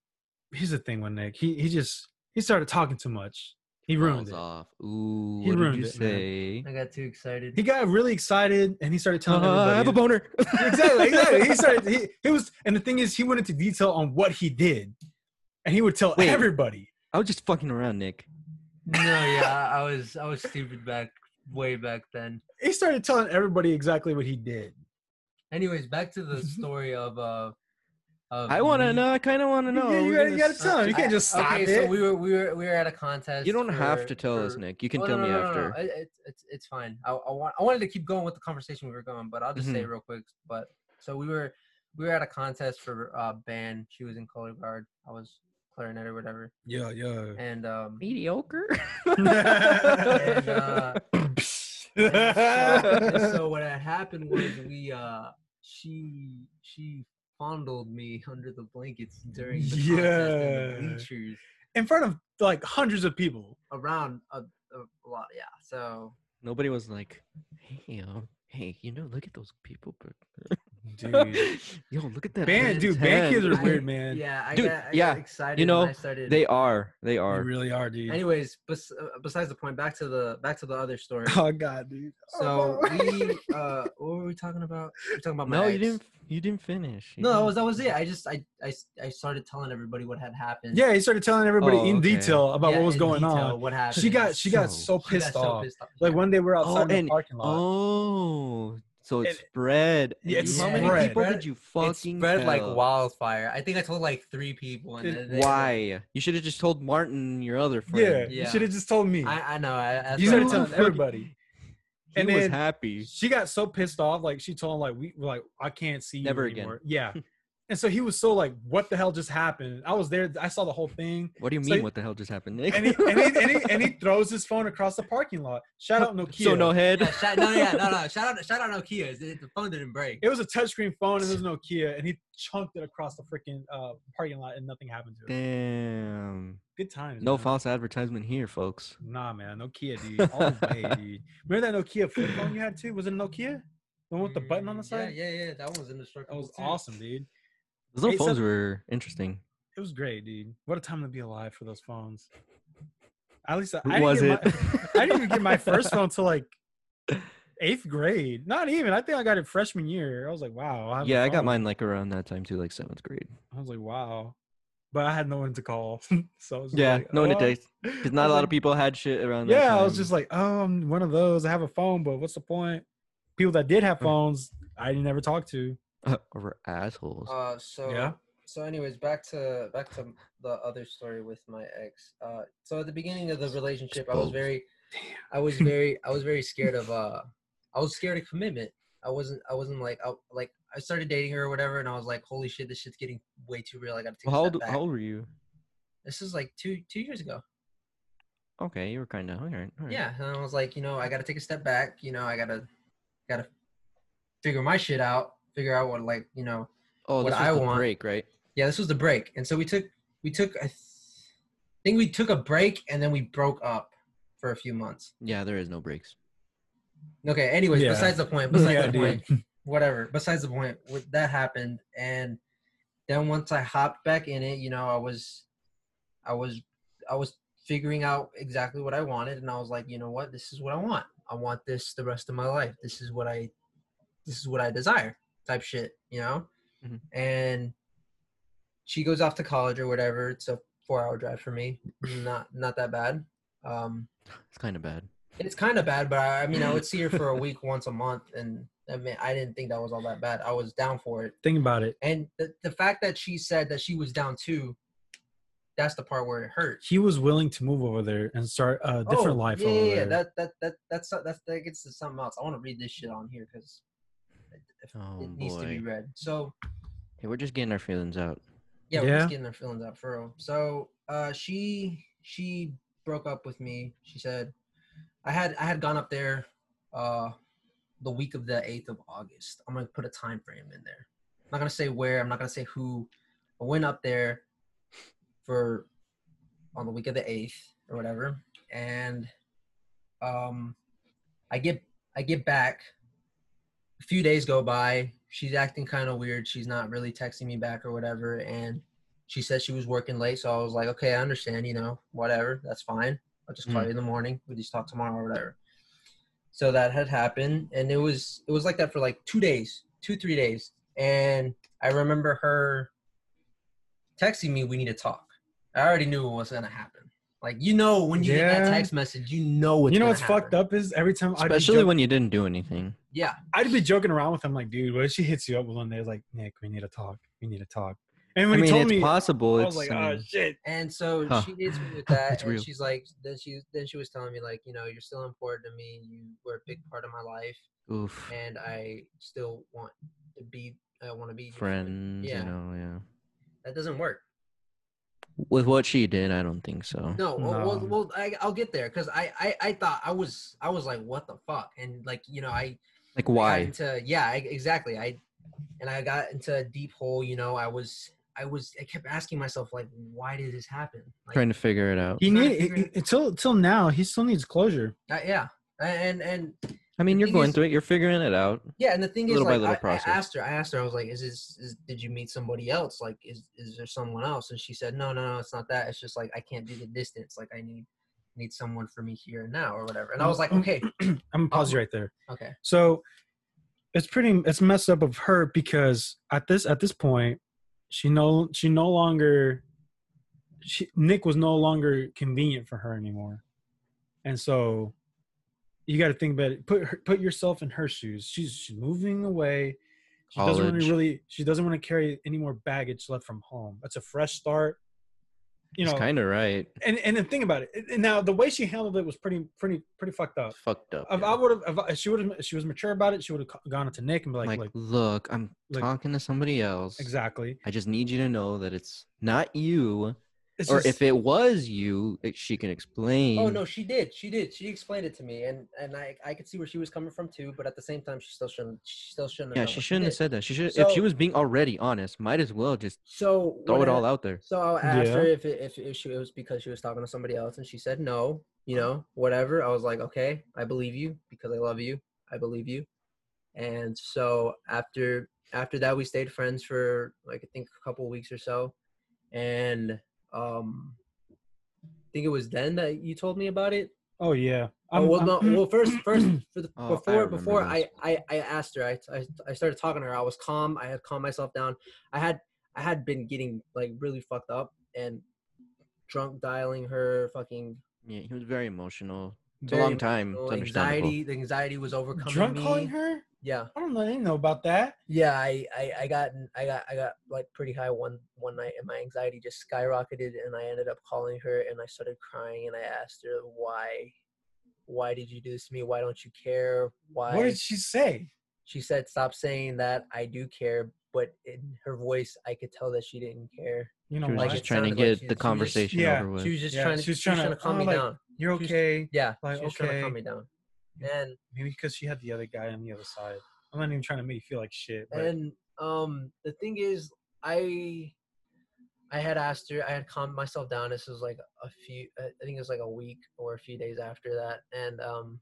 C: here's the thing with Nick. He he just he started talking too much. He
B: Falls
C: ruined it.
B: off. Ooh,
C: He
B: what did
C: ruined
B: you
C: it, man.
B: say?
D: I got too excited.
C: He got really excited and he started telling
B: Uh,
C: everybody.
B: I have a boner.
C: [LAUGHS] exactly, exactly. He started. He, he was, and the thing is, he went into detail on what he did, and he would tell
B: Wait.
C: everybody.
B: [LAUGHS] I was just fucking around, Nick.
D: No, yeah, I, I was I was stupid back way back then.
C: He started telling everybody exactly what he did.
D: Anyways, back to
B: [LAUGHS]
D: the story of uh. Of
B: I want to
D: me.
B: know. I kind of want to know.
C: you,
B: We're
C: gotta,
B: gonna
C: you gotta
B: s-
C: tell him. You can't just stop
D: okay,
C: it.
D: so we were we were we were at a contest.
B: You don't have
D: for-
B: to tell us,
D: for-
B: Nick. You can
D: Oh,
B: tell
D: no,
B: me
D: no, no, no,
B: after.
D: no. It- it's, it's it's fine. I, I want I wanted to keep going with the conversation we were going, but I'll just say
B: Mhm.
D: real quick. But so we were we were at a contest for uh band. She was in color guard. I was clarinet or whatever.
C: Yeah, yeah.
D: And um
B: Mediocre.
D: and, uh, and so what had happened was we uh she she fondled me [LAUGHS] under the blankets during the contest in the
C: Yeah.
D: bleachers
C: [LAUGHS] in front of like hundreds of people.
D: around a, a lot yeah so
B: Nobody was like, hey, um, hey, you know, look at those people. But
C: [LAUGHS]
B: [LAUGHS] Yo, look at that.
C: Band- dude, band kids are
B: hand.
D: [LAUGHS]
C: weird, man.
D: yeah I
B: Dude,
D: got, I
B: yeah,
D: got excited
B: know,
D: and I
B: [LAUGHS]
D: started
B: They are. They
C: you
B: are.
C: really are, dude.
D: anyways bes- uh, besides the point back to the back to the other story
C: [LAUGHS] Oh god, dude.
D: so
C: Oh, no.
D: we uh what were we talking about we were talking about my
B: no,
D: ex.
B: you didn't. You didn't finish. you
D: no that
B: didn't-
D: was that was it i just I, I s- I started telling everybody what had happened
C: yeah, he started telling everybody
B: Oh,
C: in
B: okay.
C: detail about
D: Yeah,
C: what was
D: in
C: going
D: detail
C: on.
D: what happened
C: She got she got
B: So-
C: so
D: She got
C: pissed
D: so
C: off.
D: pissed off.
C: Like
D: Yeah.
C: one day we're outside in the
B: and-
C: parking lot.
B: Oh, so it
C: And-
B: spread. And
C: Yeah, it
B: you- how many
C: spread.
B: people
D: Spread-
B: did you
D: it
B: fucking
D: spread like
B: tell?
D: wildfire. I think I told like three people. And
C: Dude,
D: then they-
B: Why? You should have just told Martin, your other
C: yeah,
B: friend.
C: you
D: Yeah.
C: should have just told me.
D: I, I know. I, that's
C: you
D: what I
C: started
D: told-
C: telling everybody.
B: He
C: And
B: was
C: then-
B: happy.
C: She got so pissed off, like she told him, like we like I can't see you
B: Never again.
C: anymore. Yeah, and so he was so like, what the hell just happened? I was there. I saw the whole thing.
B: What do you
C: So
B: mean?
C: he-
B: what the hell just happened, Nick?
C: and he, and, he, and, he, and he throws his phone across the parking lot. Shout
B: [LAUGHS]
C: out Nokia.
B: so no head.
D: Yeah, shout, no, yeah, no,
C: [LAUGHS]
D: no. Shout out, shout out Nokia. It- it- The phone didn't break.
C: It was a touchscreen phone
B: [LAUGHS]
C: and it was Nokia, and he chunked it across the freaking uh, parking lot, and nothing happened to it.
B: Damn.
C: Good times.
B: No
C: man.
B: false advertisement here, folks.
C: Nah, man, Nokia, dude, all the way, dude. Remember that Nokia flip phone you had too? Was it a Nokia? The one with the button on the
D: Mm,
C: side?
D: Yeah, yeah, yeah. That one was indestructible.
C: That was
D: too.
C: awesome, dude.
B: Those little
C: Hey, so-
B: phones were interesting.
C: It was great, dude. What a time to be alive for those phones. At least uh, I,
B: Who
C: I
B: was
C: didn't
B: it?
C: get My, [LAUGHS] I didn't even
B: [LAUGHS]
C: get my first phone until like eighth grade. Not even. I think I got it freshman year. I was like, wow. have a
B: yeah, I got
C: phone.
B: mine like around that time too, like seventh grade.
C: I was like, wow. But I had no one to call. [LAUGHS] so I was just
B: Yeah,
C: like,
B: no one to
C: oh.
B: text because not
C: I
B: a
C: was
B: lot
C: like-
B: of people had shit around. that
C: Yeah, I was
B: time. [LAUGHS]
C: just [LAUGHS] like, oh, I'm one of those. I have a phone, but what's the point? People that did have
B: Mm.
C: phones, I never talked to.
B: over assholes.
C: "Oh,
D: Uh, so [LAUGHS]
C: Yeah.
D: So, anyways, back to back to the other story with my ex. Uh, so at the beginning of the relationship, I was
B: Exposed.
D: very, I was very, I was
B: [LAUGHS]
D: very scared of. Uh, I was scared of commitment. I wasn't. I wasn't like. I, like I started dating her or whatever, and I was like, "Holy shit, this shit's getting way too real. I gotta take
B: Well, how,
D: a step
B: old,
D: back."
B: how old were you?
D: This is like two two years ago.
B: Okay, you were kind of all right. all right.
D: Yeah, and I was like, you know, I gotta take a step back. You know, I gotta, gotta figure my shit out. Figure out what like you know
B: Oh,
D: What
B: this was
D: I
B: the
D: want-
B: break, right?
D: yeah this was the break and so we took we took i th- think we took a break and then we broke up for a few months
B: Yeah, there is no breaks.
D: okay anyways
C: Yeah.
D: besides the point besides
C: Yeah,
D: the
C: dude.
D: point whatever besides the point what that happened and then once i hopped back in it you know i was i was i was figuring out exactly what i wanted and i was like you know what this is what i want i want this the rest of my life this is what i this is what i desire type shit you know
B: Mhm.
D: and she goes off to college or whatever it's a four hour drive for me not not that bad um
B: It's kind of bad.
D: it's kind of bad, but I, I mean, I would see her
C: [LAUGHS]
D: for a week once a month, and I mean, I didn't think that was all that bad. I was down for it,
C: Think about it.
D: and the the fact that she said that she was down too, that's the part where it hurt.
C: He was willing to move over there and start a different
D: Oh,
C: life
D: Yeah,
C: over
D: yeah, yeah.
C: there.
D: That that that that's that's that gets to something else. I want to read this shit on here because
B: Oh
D: it needs to be
B: boy.
D: read. So
B: Hey, we're just getting our feelings out.
D: yeah, we're
C: Yeah.
D: just getting our feelings out for real. So uh, she she broke up with me. She said I had I had gone up there uh, the week of the eighth of August. I'm gonna put a time frame in there. I'm not gonna say where. I'm not gonna say who. I went up there for on the week of the eighth or whatever, and um, I get I get back. A few days go by. She's acting kind of weird. She's not really texting me back or whatever. And she said she was working late, so I was like, okay, I understand. You know, whatever, that's fine. I'll just call
B: Mm.
D: you in the morning. We just talk tomorrow or whatever. So that had happened, and it was it was like that for like two days, two three days. And I remember her texting me, "We need to talk." I already knew what was gonna happen. Like you know, when you get
C: Yeah.
D: that text message, you know what's
C: you know
D: gonna
C: what's fucked
D: happen.
C: up is every time I'd be,
B: Especially
C: joking,
B: when you didn't do anything.
D: Yeah,
C: I'd be joking around with him, like, dude, what if she hits you up one day? Like, Nick, we need to talk. We need to talk. And
B: I
C: when
B: mean,
C: he told
B: it's
C: me,
B: possible.
C: I
B: It's um,
C: was like,
B: I
C: oh
B: mean,
C: shit.
D: And so
B: Huh.
D: she hits
B: [LAUGHS]
D: me with that,
B: It's
D: and
B: real.
D: she's like, then she then she was telling me like, you know, you're still important to
B: Mm.
D: me. You were a big part of my life,
B: oof.
D: and I still want to be. I want to be.
B: friends,
D: Yeah.
B: you know, yeah.
D: That doesn't work.
B: With what she did, I don't think so.
D: No, well, well,
C: No.
D: well I, I'll get there because I, I, I thought I was, I was like, what the fuck, and like, you know, I
B: Like
D: I
B: why?
D: got into yeah, I, exactly. I and I got into a deep hole. You know, I was, I was, I kept asking myself like, why did this happen? Like,
B: Trying to figure it out.
C: He
D: Trying to
C: need
D: figure
C: he- until till now. He still needs closure.
D: uh, yeah, and and
B: I mean, you're
D: thing
B: going
D: is-
B: through it. You're figuring it out.
D: Yeah, and the thing is,
B: Little by
D: like,
B: little
D: I,
B: process.
D: I asked her. I asked her. I was like, "Is this? Is, did you meet somebody else? Like, is is there someone else?" And she said, "No, no, no. It's not that. It's just like I can't do the distance. Like, I need need someone for me here and now or whatever." And I was like, "Okay,
C: I'm gonna pause you right there.
D: okay,
C: So it's pretty it's messed up of her because at this at this point she no she no longer she, Nick was no longer convenient for her anymore. And so you got to think about it. Put her, put yourself in her shoes. She's, she's moving away. She doesn't want
B: College.
C: to really she doesn't want to carry any more baggage left from home. That's a fresh start. You
B: He's
C: know,
B: kind of right.
C: and and then think about it. And now the way she handled it was pretty pretty pretty fucked up.
B: It's fucked up.
C: If
B: yeah.
C: I would have, if she would have, she was mature about it. She would have gone to Nick and be like,
B: like,
C: like,
B: look, I'm
C: like-
B: talking to somebody else.
C: exactly.
B: I just need you to know that it's not you,
C: It's
B: or
C: just-
B: if it was you, it, she can explain.
D: oh no, she did. She did. She explained it to me, and and I I could see where she was coming from too. But at the same time, she still shouldn't. She still shouldn't.
B: yeah,
D: done
B: she
D: what
B: shouldn't have
D: did.
B: said that. She should. if
D: So-
B: she was being already honest, might as well just
D: So
B: throw
D: what
B: it
D: I-
B: all out there.
D: So I asked
C: Yeah.
D: her if it, if, if she, it was because she was talking to somebody else, and she said no. You know, whatever. I was like, okay, I believe you because I love you. I believe you. And so after after that, we stayed friends for like I think a couple weeks or so, and um, I think it was then that you told me about it.
C: oh yeah.
D: Oh,
C: I'm-
D: well,
C: I'm- hmm,
D: no, well, first,
B: [CLEARS THROAT]
D: first, for the,
B: Oh, I
D: before,
B: remember
D: before
B: this.
D: I, I, I asked her, I, I, I started talking to her. I was calm. I had calmed myself down. I had, I had been getting like really fucked up and drunk dialing her fucking
B: Yeah, he was very emotional. It's a
D: very
B: long time.
D: emotional
B: It's understandable.
D: anxiety. The anxiety was overcoming
C: drunk
D: me.
C: calling her.
D: Yeah.
C: I don't know. I didn't know about that.
D: Yeah. I, I, I got, I got, I got like pretty high one, one night and my anxiety just skyrocketed and I ended up calling her and I started crying and I asked her why, why did you do this to me? Why don't you care? Why?
C: What did she say?
D: She said, "Stop saying that. I do care." But in her voice, I could tell that she didn't care.
C: You know,
B: She was
D: Like,
C: like,
B: just
D: it
B: trying to
D: sounded like
B: get
D: she- she was
B: the
D: just-
B: conversation
C: Yeah,
B: over with.
D: She was just
C: Yeah,
D: trying to.
C: she
D: She
C: was
D: was,
C: trying
D: trying
C: to-
D: to calm
C: oh,
D: me
C: like-
D: down.
C: you're
D: she was-
C: okay.
D: Yeah,
C: like,
D: she was trying to calm
C: okay.
D: me down. And
C: Maybe because she had the other guy on the other side. I'm not even trying to make you feel like shit. But
D: and um, the thing is, I I had asked her. I had calmed myself down. This was like a few. I think it was like a week or a few days after that. And um,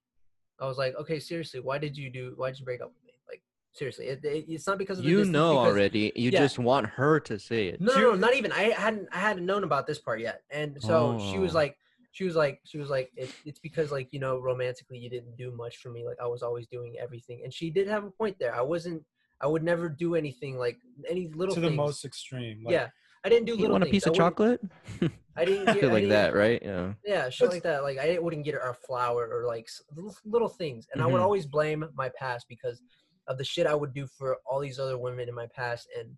D: I was like, "Okay, seriously, why did you do? Why did you break up with me? Like, seriously, it, it- it's not because of the
B: you
D: distance,
B: know
D: because-
B: already. You
D: yeah.
B: just want her to say it.
D: No,
C: She-
D: no, no, not even. I hadn't I hadn't known about this part yet, and so she was
B: Oh.
D: like, she was like, she was like, it, it's because like you know, romantically, you didn't do much for me. Like I was always doing everything, and she did have a point there. I wasn't. I would never do anything like any little
C: to the
D: things.
C: most extreme. Like,
D: yeah, I didn't do
B: You
D: little.
B: want a
D: things.
B: piece
D: I
B: of
D: wouldn't- [LAUGHS]
B: chocolate?
D: I
B: [LAUGHS]
D: didn't get
B: Shit
D: I
B: like
D: didn't-
B: that, right? Yeah.
D: Yeah, shit
C: That's-
D: like that. Like I didn't- wouldn't get her a flower or like s- little- little things, and I
C: Mm-hmm.
D: would
B: Mhm.
D: always blame my past because of the shit I would do for all these other women in my past, and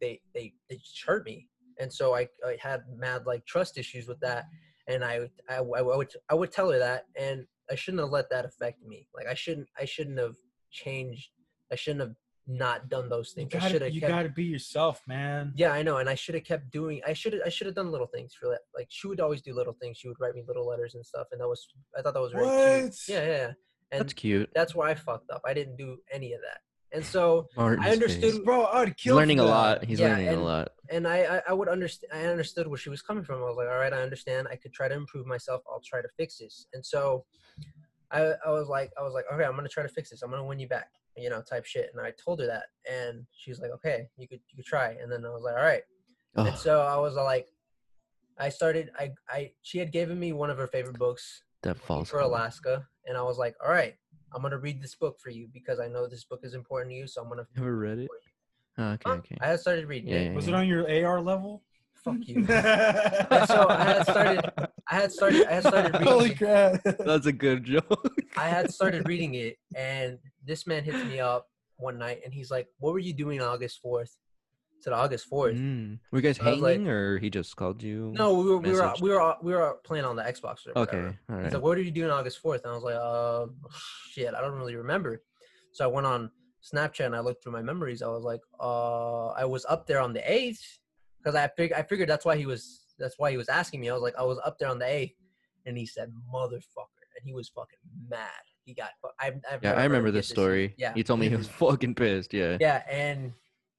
D: they they they just hurt me, and so I, I had mad like trust issues with that, and I, I I would I would tell her that, and I shouldn't have let that affect me. Like I shouldn't I shouldn't have changed. I shouldn't have not done those
C: you
D: things. I should
C: gotta
D: have
C: you
D: kept
C: gotta be yourself, man.
D: yeah, I know, and I should have kept doing. I should I should have done little things for that. Like she would always do little things. She would write me little letters and stuff, and that was I thought that was really cute.
C: What?
D: Yeah, yeah, yeah. and
B: That's
D: that's,
B: cute.
D: where I fucked up. I didn't do any of that, and so
B: Martin's
D: I understood.
B: face.
C: Bro, I'd
B: He's
C: kill.
B: learning
C: for
B: a
C: that.
B: lot. He's
D: Yeah,
B: learning
D: and-
B: a lot.
D: and I, I I would understand. I understood where she was coming from. I was like, all right, I understand. I could try to improve myself. I'll try to fix this. And so, I I was like, I was like, okay, I'm gonna try to fix this. I'm gonna win you back, you know, type shit. And I told her that, and she was like, okay, you could you could try. And then I was like, all right. And
B: Oh,
D: so I was like, I started. I, I she had given me one of her favorite books
B: that false.
D: for
B: note.
D: Alaska, and I was like, all right, I'm gonna read this book for you because I know this book is important to you. So I'm gonna.
B: Never read it. Oh, okay,
D: Huh?
B: okay.
D: [LAUGHS] I had started reading
B: Yeah,
D: it.
B: yeah,
C: Was it on your AR level?
D: Fuck
C: [LAUGHS]
D: you.
C: and
D: so I had started- I had started. I had started reading.
C: [LAUGHS] Holy
D: it.
C: crap!
B: That's a good joke.
D: I had started reading it, and this man hits me up one night, and he's like, "What were you doing August 4th?" To the August 4th.
B: Mm. Were you guys
D: I was like-
B: hanging, or he just called you?
D: No, we were we were,
B: Messaged.
D: we were we were playing on the Xbox. Or whatever.
B: Okay. All
D: He's
B: right.
D: like, "What did you do on August 4th? And I was like, "Uh, shit, I don't really remember." So I went on Snapchat and I looked through my memories. I was like, uh, I was up there on the eighth because I fig- I figured that's why he was that's why he was asking me. I was like, I was up there on the eighth, and he said, motherfucker, and he was fucking mad. He got. fu- I've, I've
B: Yeah,
D: never
B: I
D: heard
B: remember
D: him get
B: this story.
D: Yeah.
B: You told me he
D: [LAUGHS]
B: was fucking pissed. Yeah.
D: Yeah, and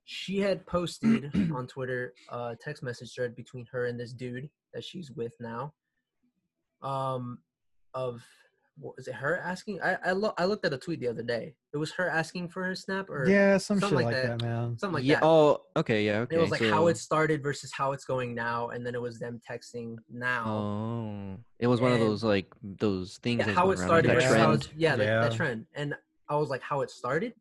D: she had posted [CLEARS THROAT] on Twitter a text message thread between her and this dude that she's with now. Um, of what was it her asking? I I, lo- I looked at a tweet the other day. It was her asking for her snap or
C: yeah, some
D: something
C: shit
D: like
C: like
D: that.
C: that, man.
D: something like
B: yeah.
D: that.
B: Oh, okay. Yeah.
D: And
B: Okay.
D: it was like how
B: so-
D: it started versus how it's going now, and then it was them texting now.
B: Oh, it was one of
D: And-
B: those like those things.
D: yeah,
B: that's
D: how
B: going
D: it
B: around,
D: started
B: that
D: versus how
B: trend.
D: it's, yeah, like, that
C: Yeah.
D: trend. And I was like, how it started.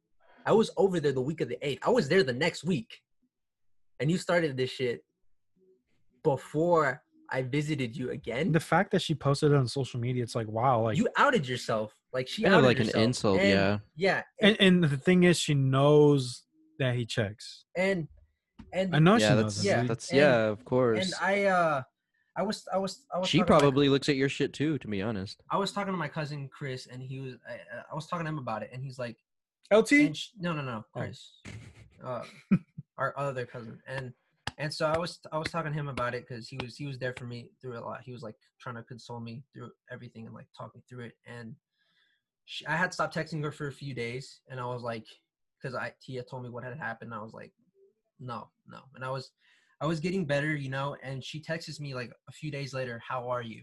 D: I was over there the week of the eighth. I was there the next week, and you started this shit before I visited you again.
C: The fact that she posted it on social media, it's like wow, like
D: you outed yourself. Like she
B: Kind of
D: outed
B: like an
D: herself.
B: insult,
D: And-
B: yeah.
D: Yeah,
C: and, and the thing is, she knows that he checks.
D: and and
C: I know
B: yeah,
C: she
B: that's
C: knows.
B: yeah,
C: Yeah,
B: that's
D: And-
B: yeah, of course.
D: and I uh, I was I was I was
B: she
D: talking to my
B: probably looks at your shit too, to be honest.
D: I was talking to my cousin Chris, and he was. I, I- I was talking to him about it, and he's like,
C: LT.
D: and sh- "No, no, no,
C: Oh.
D: Chris, uh, our other cousin." And and so I was I was talking to him about it because he was he was there for me through a lot. He was like trying to console me through everything and like talk me through it. And she, I had stopped texting her for a few days, and I was like, because I Tia told me what had happened. I was like, no, no, and I was I was getting better, you know. And she texts me like a few days later, "How are you?"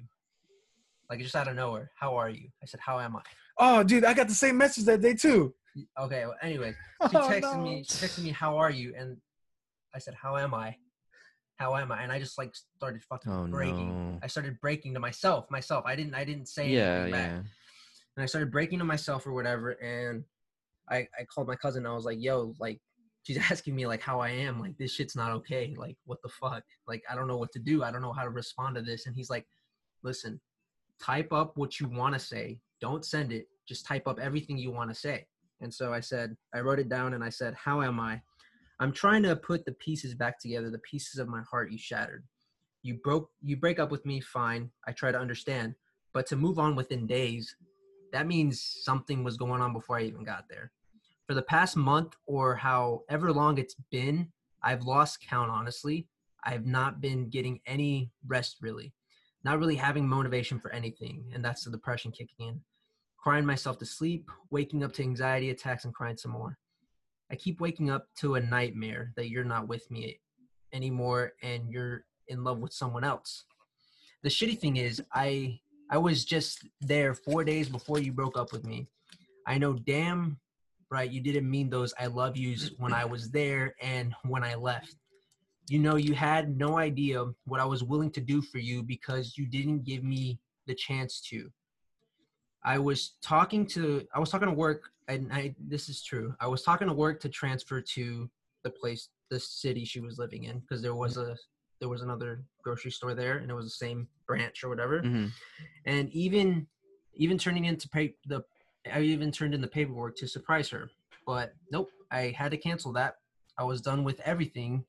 D: Like just out of nowhere, "How are you?" I said, "How am I?"
C: Oh, dude, I got the same message that day too.
D: Okay, well, anyways. [LAUGHS]
C: Oh,
D: She texted
C: no.
D: me. She texted me, "How are you?" And I said, "How am I? How am I?" And I just like started fucking
B: Oh
D: breaking.
B: no.
D: I started breaking to myself. Myself. I didn't. I didn't say
B: Yeah,
D: anything back.
B: yeah.
D: And I started breaking to myself or whatever. And I I called my cousin. I was like, "Yo, like." She's [LAUGHS] asking me like how I am, like this shit's not okay. Like what the fuck? Like I don't know what to do. I don't know how to respond to this. And he's like, "Listen, type up what you want to say. Don't send it. Just type up everything you want to say. And so I said, I wrote it down and I said, How am I? I'm trying to put the pieces back together, the pieces of my heart you shattered. You broke you break up with me, fine. I try to understand. But to move on within days, that means something was going on before I even got there. For the past month or however long it's been, I've lost count honestly. I've not been getting any rest really not really having motivation for anything, and that's the depression kicking in. Crying myself to sleep, waking up to anxiety attacks, and crying some more. I keep waking up to a nightmare that you're not with me anymore and you're in love with someone else. The shitty thing is, I I was just there four days before you broke up with me. I know damn right you didn't mean those I love yous when I was there and when I left. You know, you had no idea what I was willing to do for you because you didn't give me the chance to. I was talking to I was talking to work and I this is true. I was talking to work to transfer to the place the city she was living in because there was a there was another grocery store there and it was the same branch or whatever
B: Mhm.
D: and even even turning into pay the I even turned in the paperwork to surprise her. But nope, I had to cancel that. I was done with everything.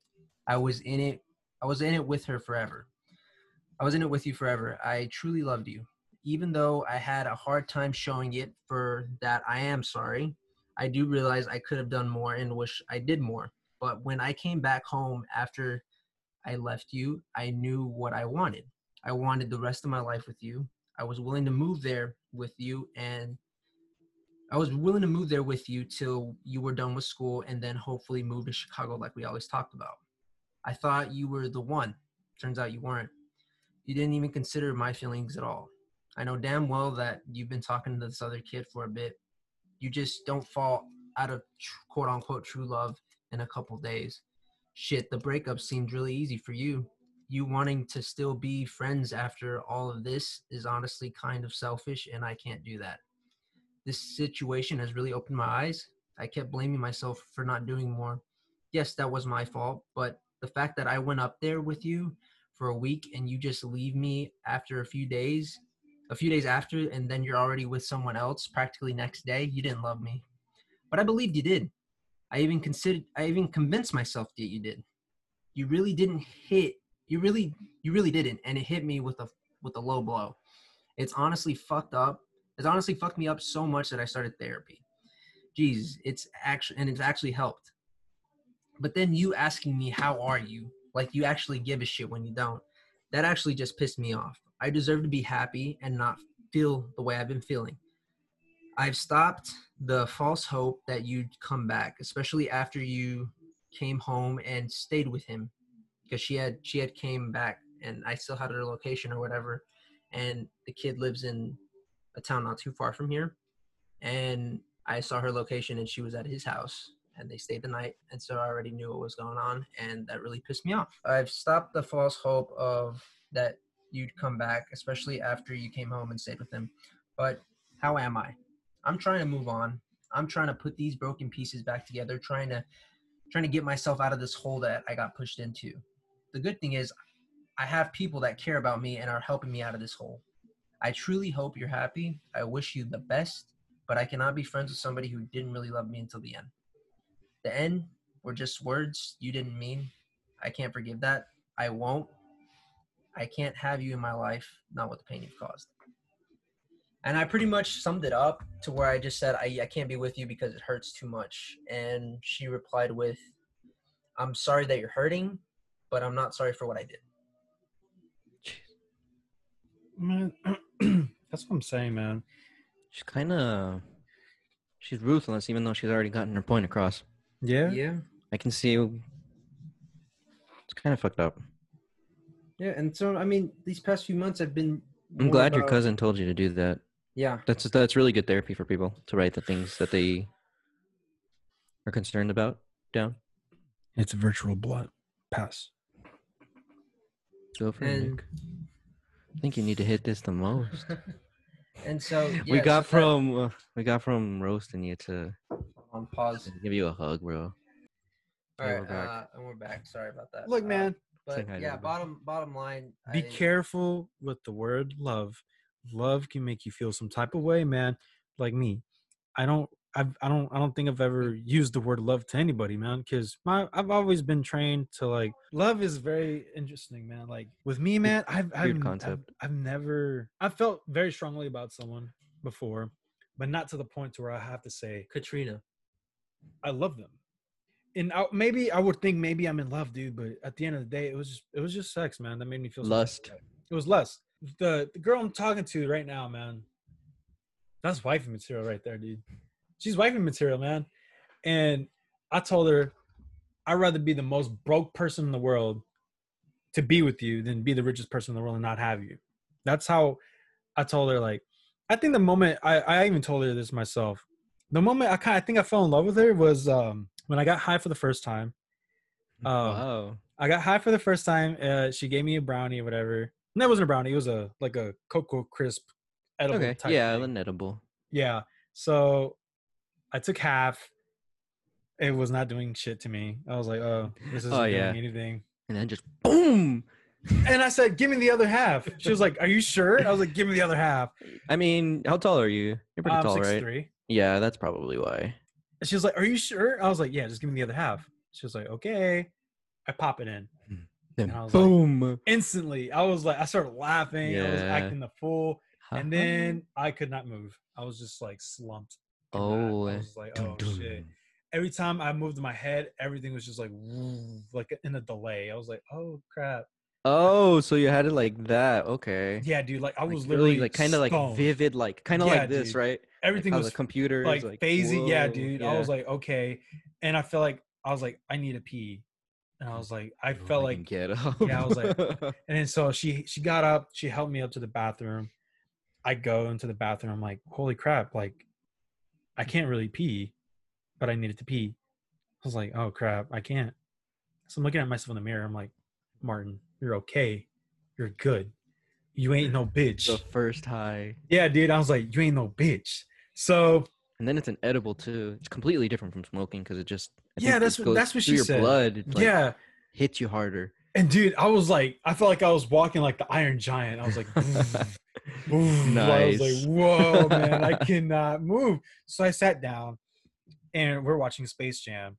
D: I was in it. I was in it with her forever. I was in it with you forever. I truly loved you. Even though I had a hard time showing it for that I am sorry. I do realize I could have done more and wish I did more. But when I came back home after I left you, I knew what I wanted. I wanted the rest of my life with you. I was willing to move there with you and I was willing to move there with you till you were done with school and then hopefully move to Chicago like we always talked about. I thought you were the one. Turns out you weren't. You didn't even consider my feelings at all. I know damn well that you've been talking to this other kid for a bit. You just don't fall out of tr- quote unquote true love in a couple days. Shit, the breakup seemed really easy for you you wanting to still be friends after all of this is honestly kind of selfish, and I can't do that. This situation has really opened my eyes. I kept blaming myself for not doing more. Yes, that was my fault, but the fact that I went up there with you for a week and you just leave me after a few days, a few days after, and then you're already with someone else practically next day, you didn't love me. But I believed you did. I even considered, I even convinced myself that you did. You really didn't hit you really you really didn't and it hit me with a with a low blow it's honestly fucked up it's honestly fucked me up so much that i started therapy geez, it's actually and it's actually helped. But then you asking me how are you, like you actually give a shit when you don't, that actually just pissed me off. I deserve to be happy and not feel the way I've been feeling. I've stopped the false hope that you'd come back, especially after you came home and stayed with him because she had she had came back and I still had her location or whatever and the kid lives in a town not too far from here and I saw her location and she was at his house and they stayed the night and so I already knew what was going on and that really pissed me off. I've stopped the false hope of that you'd come back especially after you came home and stayed with him. But how am I? I'm trying to move on. I'm trying to put these broken pieces back together, trying to trying to get myself out of this hole that I got pushed into. The good thing is I have people that care about me and are helping me out of this hole. I truly hope you're happy. I wish you the best, but I cannot be friends with somebody who didn't really love me until the end. The end were just words you didn't mean. I can't forgive that. I won't. I can't have you in my life, not with the pain you've caused. And I pretty much summed it up to where I just said, I, I can't be with you because it hurts too much. And she replied with, I'm sorry that you're hurting, but I'm not sorry for what I did.
C: Man, [CLEARS THROAT] that's what I'm saying, man.
B: She's kind of she's ruthless, even though she's already gotten her point across.
C: Yeah.
D: yeah.
B: I can see it's kind of fucked up.
D: Yeah, and so I mean, these past few months I've been.
B: I'm
D: more
B: glad your
D: about-
B: cousin told you to do that.
D: Yeah, [LAUGHS]
B: That's that's really good therapy for people to write the things that they are concerned about down.
C: It's a virtual blunt pass.
B: Go for it.
D: and
B: Nick. I think you need to hit this the most.
D: and
C: Oh,
D: so
B: we
D: yeah,
B: got
D: so that-
B: from uh, we got from roasting you to
D: on pause.
B: give you a hug, bro.
D: All
B: Yeah,
D: right,
B: we're back.
D: uh, and we're back. Sorry about that.
C: Look,
D: Uh,
C: man,
B: Saying
D: but
B: hi to
D: yeah,
B: everybody.
D: bottom bottom line.
C: be
D: I-
C: careful with the word love. Love can make you feel some type of way, man. Like me, I don't, I've, I don't, I don't think I've ever used the word love to anybody, man. Because my, I've always been trained to like love is very interesting, man. Like with me, man, I've, I've, I've-
B: concept.
C: I've, never, I felt very strongly about someone before, but not to the point to where I have to say
D: Katrina.
C: I love them. And I, maybe I would think maybe I'm in love, dude. But at the end of the day, it was just, it was just sex, man. That made me feel some type of
B: Lust.
C: way. It was lust. The the girl I'm talking to right now, man. That's wifey material right there, dude. She's wifey material, man. And I told her I'd rather be the most broke person in the world to be with you than be the richest person in the world and not have you. That's how I told her. Like, I think the moment I, I even told her this myself. The moment I kind of think I fell in love with her was um, when I got high for the first time. Um,
B: wow.
C: I got high for the first time. Uh, she gave me a brownie or whatever. And that wasn't a brownie. It was a like a cocoa crisp edible
B: Okay.
C: type.
B: Yeah,
C: thing.
B: an edible.
C: Yeah. So I took half. It was not doing shit to me. I was like, oh, this isn't
B: Oh, yeah.
C: doing anything.
B: And then just boom.
C: And I said, give me the other half. She was like, are you sure? I was like, give me the other half.
B: I mean, how tall are you? You're pretty
C: I'm
B: tall, right?
C: three.
B: Yeah, that's probably why.
C: She was like, are you sure? I was like, yeah, just give me the other half. She was like, okay. I pop it in.
B: Then
C: I was like,
B: boom.
C: Instantly, I was like, I started laughing. I was
B: Yeah.
C: acting the fool.
B: Ha-ha.
C: and then I could not move. I was just like slumped. in that.
B: oh,
C: I was like,
B: dun,
C: oh
B: dun.
C: shit. Every time I moved my head, everything was just like, like in a delay. I was like, oh crap.
B: Oh, so you had it like that? Okay.
C: Yeah, dude. Like I
B: Like,
C: was
B: really,
C: literally
B: like kind of like
C: stoned.
B: vivid, like kind of
C: Yeah,
B: like this,
C: dude.
B: right?
C: Everything
B: like how
C: was
B: the computer
C: like,
B: is like
C: phasing. Yeah,
B: whoa,
C: dude.
B: yeah.
C: I was like, okay. And I felt like I was like, I need a pee. And I was like, I
B: Oh,
C: felt
B: can
C: like
B: get up.
C: [LAUGHS] yeah, I was like,
B: [LAUGHS]
C: And then so she she got up, she helped me up to the bathroom. I go into the bathroom, I'm like, holy crap, like I can't really pee, but I needed to pee. I was like, oh crap, I can't. So I'm looking at myself in the mirror, I'm like, Martin, you're okay. You're good. You ain't no bitch.
B: the first high,
C: Yeah, dude. I was like, you ain't no bitch. So
B: and then it's an edible too. It's completely different from smoking because it just I
C: Yeah,
B: think it
C: that's what-
B: goes
C: that's what
B: through
C: she
B: your
C: said.
B: blood. It, like,
C: yeah.
B: hits you harder.
C: And dude, I was like, I felt like I was walking like the Iron Giant. I was like, Oof, I was
B: Nice.
C: like,
B: [LAUGHS]
C: whoa, man, I cannot move. So I sat down and we're watching Space Jam.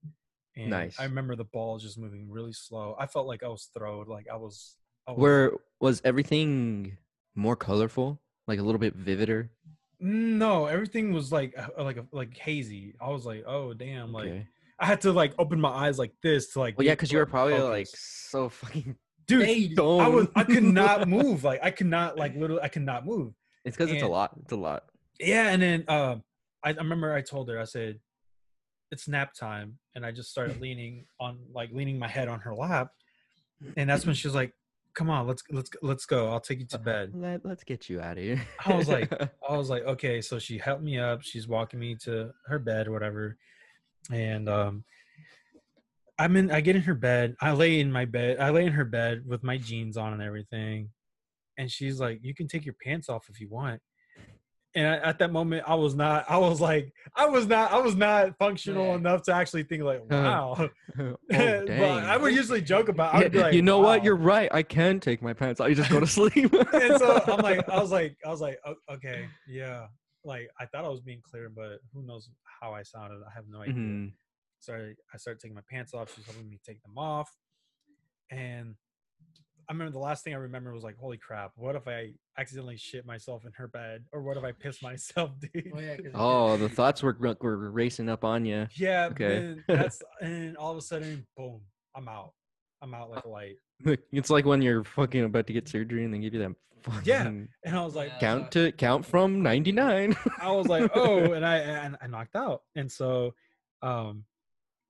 C: And
B: Nice.
C: I remember the ball just moving really slow. I felt like I was throwed, like I was I was
B: Where was everything more colorful, like a little bit vivider?
C: No, everything was like uh, like like hazy. I was like, oh damn, like
B: Okay.
C: I had to like open my eyes like this to like.
B: Well, yeah,
C: get
B: because you were
C: fucking
B: probably like
C: focused.
B: so
C: [LAUGHS]
B: fucking
C: dude,
D: Hey,
B: stoned.
C: I was I could not move. Like I could not like literally I could not move.
B: it's because it's a
C: and-
B: lot. It's a lot.
C: Yeah, and then um, I, I remember I told her I said, "It's nap time," and I just started leaning on like leaning my head on her lap, and that's when she was like, "Come on, let's let's let's go. I'll take you to bed."
B: Let, let's get you out of here.
C: I
B: [LAUGHS]
C: was like, [LAUGHS] I was like, okay, so she helped me up. She's walking me to her bed or whatever. And um I'm in I get in her bed. I lay in my bed. I lay in her bed with my jeans on and everything. And she's like, You can take your pants off if you want. And I, at that moment, I was not. I was like, I was not. I was not functional
D: Yeah.
C: enough to actually think like, wow. [LAUGHS]
B: oh,
C: but I
B: dang.
C: would usually joke about. I would be
B: Yeah,
C: like,
B: [LAUGHS] you know what?
C: "Wow."
B: You're right. I can take my pants off. You
C: [LAUGHS]
B: just go to sleep.
C: and
B: [LAUGHS]
C: so I'm like, "Oh I was like, I was like, "O- okay, yeah. Like I thought I was being clear, but who knows how I sounded? I have no idea.
B: Mhm.
C: So I, I started taking my pants off. She's helping me take them off, and I remember the last thing I remember was like, holy crap! What if I accidentally shit myself in her bed, or what if I piss myself, [LAUGHS] dude?
D: Oh, yeah, 'cause it-
B: Oh, the thoughts were gr- were racing up on you.
C: Yeah.
B: Okay.
C: man, that's and all of a sudden, boom! I'm out. I'm out like a light.
B: [LAUGHS] It's like when you're fucking about to get surgery and they give you that fucking
C: Yeah. And I was like,
D: Yeah.
B: count to count from 99.
C: I was like, oh, and I and I knocked out. And so um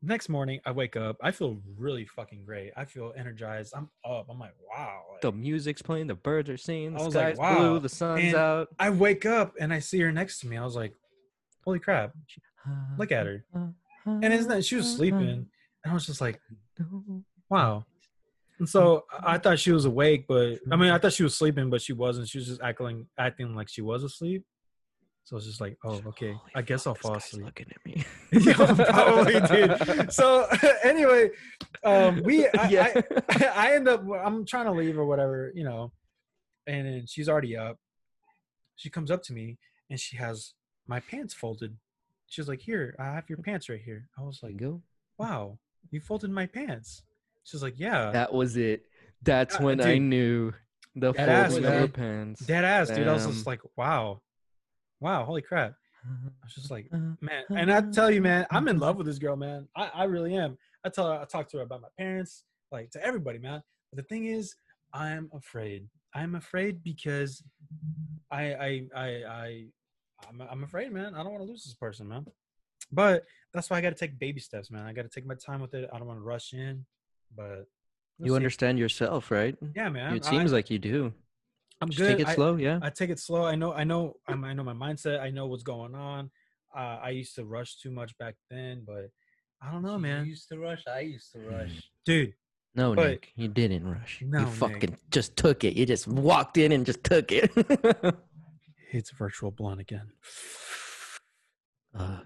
C: next morning I wake up, I feel really fucking great. I feel energized. I'm up. I'm like, wow.
B: [LAUGHS]
C: like-
B: the music's playing, the birds are singing,
C: I
B: the
C: was like,
B: sky's blue,
C: wow.
B: the sun's
C: And-
B: out.
C: I wake up and I see her next to me. I was like, holy crap, look at her. And isn't that she was sleeping. And I was just like, wow. And so I I thought she was awake, but I mean I thought she was sleeping, but she wasn't. She was just acting acting like she was asleep. So it's just like, oh, okay. I guess I'll fall
B: [LAUGHS]
C: asleep. [LAUGHS]
B: Looking at me.
C: yeah, probably did. So [LAUGHS] anyway, um, we I,
B: yeah.
C: I, I end up I'm trying to leave or whatever, you know, and then she's already up. She comes up to me and she has my pants folded. She's like, "Here, I have your pants right here." I was
B: There you
C: like,
B: go.
C: "Wow, you folded my pants." She's like, "Yeah,
B: That was it. That's
C: Uh,
B: when I
C: dude.
B: knew the
C: That ass,
B: folding of the
C: man.
B: pants.
C: dead ass, dude." I was just
B: Damn. Uh-huh.
C: like, "Wow, wow, holy crap!" I was just like, man and i tell you man i'm in
B: Mm-hmm.
C: love with this girl man i, I really am i tell her i talk to her about my parents like to everybody man but the thing is i'm afraid i'm afraid because i i i, I I'm, I'm afraid man i don't want to lose this person man but that's why i gotta take baby steps man i gotta take my time with it i don't want to rush in but we'll
B: You
C: see.
B: understand yourself, right?
C: yeah man
B: It seems like you do.
C: I, am
B: Just
C: good
B: take it
C: I-
B: slow, yeah.
C: I take it slow. I know, I know, I'm, I know my mindset. I know what's going on. Uh, I used to rush too much back then, but I don't know,
D: You
C: man.
D: used to rush. I used
B: Hmm.
D: to rush.
C: Dude,
B: no,
C: but-
B: Nick, you didn't rush.
C: No,
B: you
C: Nick.
B: fucking just took it. You just walked in and just took it. [LAUGHS]
C: it's virtual blonde again. [SIGHS]
B: Uh,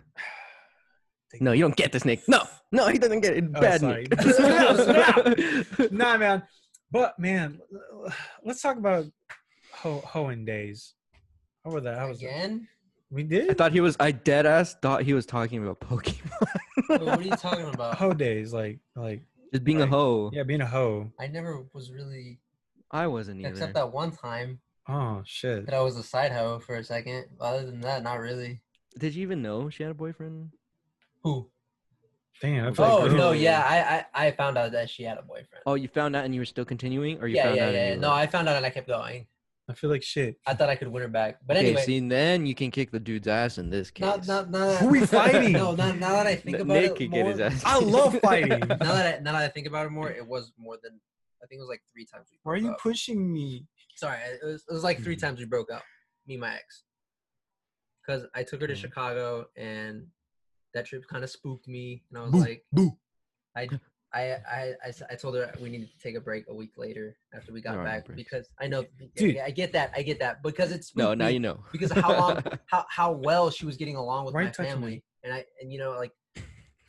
B: no, you don't get this, Nick. No, no, he doesn't get it.
C: Oh,
B: Bad
C: sorry.
B: Nick.
C: [LAUGHS] Snap, snap. Nah, man. But man, [SIGHS] let's talk about ho hoeing days. How were that? How was that?
D: Again?
B: [LAUGHS]
C: We
B: I
C: did
B: thought he was. I dead ass thought he was talking about Pokemon.
D: [LAUGHS]
B: [LAUGHS]
D: Wait, what are you talking about?
C: hoe days, like, like,
B: just being a
C: Right.
B: hoe.
C: yeah, being a hoe.
D: I never was really,
B: I wasn't either.
D: except that one time
C: Oh shit.
D: that I was a side hoe for a second. Other than that, not really.
B: Did you even know she had a boyfriend?
D: Who?
C: Damn. I feel like
D: Oh
C: girls-
D: no, yeah, I, I I found out that she had a boyfriend.
B: Oh, you found out and you were still continuing, or you
D: yeah,
B: found
D: yeah,
B: out?
D: yeah.
B: and you
D: No,
B: were-
D: I found out and I kept going.
C: I feel like shit.
D: I thought I could win her back, but
B: Okay,
D: anyway.
B: see, then you can kick the dude's ass in this case.
D: now, now, now that,
C: Who we
D: [LAUGHS]
C: fighting?
D: No, now, now that I think
B: N-
D: about
B: Nick
D: it
B: could get
D: more,
B: his
D: now
B: ass.
C: I love
B: [LAUGHS]
C: fighting.
D: that I, [LAUGHS] now that I think about it more, it was more than I think it was like three times. We
C: Why are
D: broke
C: you
D: up.
C: pushing me?
D: Sorry, it was, it was like three
B: Mhm.
D: times we broke up, me and my ex. Because I took her to
B: Mm.
D: Chicago, and that trip kind of spooked me, and I was
C: Boo,
D: like,
C: boo.
D: I, I, I, I s- I told her we needed to take a break a week later after we got
B: Alright,
D: back
B: break.
D: because I know, yeah,
C: Dude.
D: yeah, I get that, I get that because it's
B: no, now you know.
D: because of how
B: [LAUGHS]
D: long [LAUGHS] how how well she was getting along with
C: Why you
D: my
C: touching me?
D: family, and I and you know like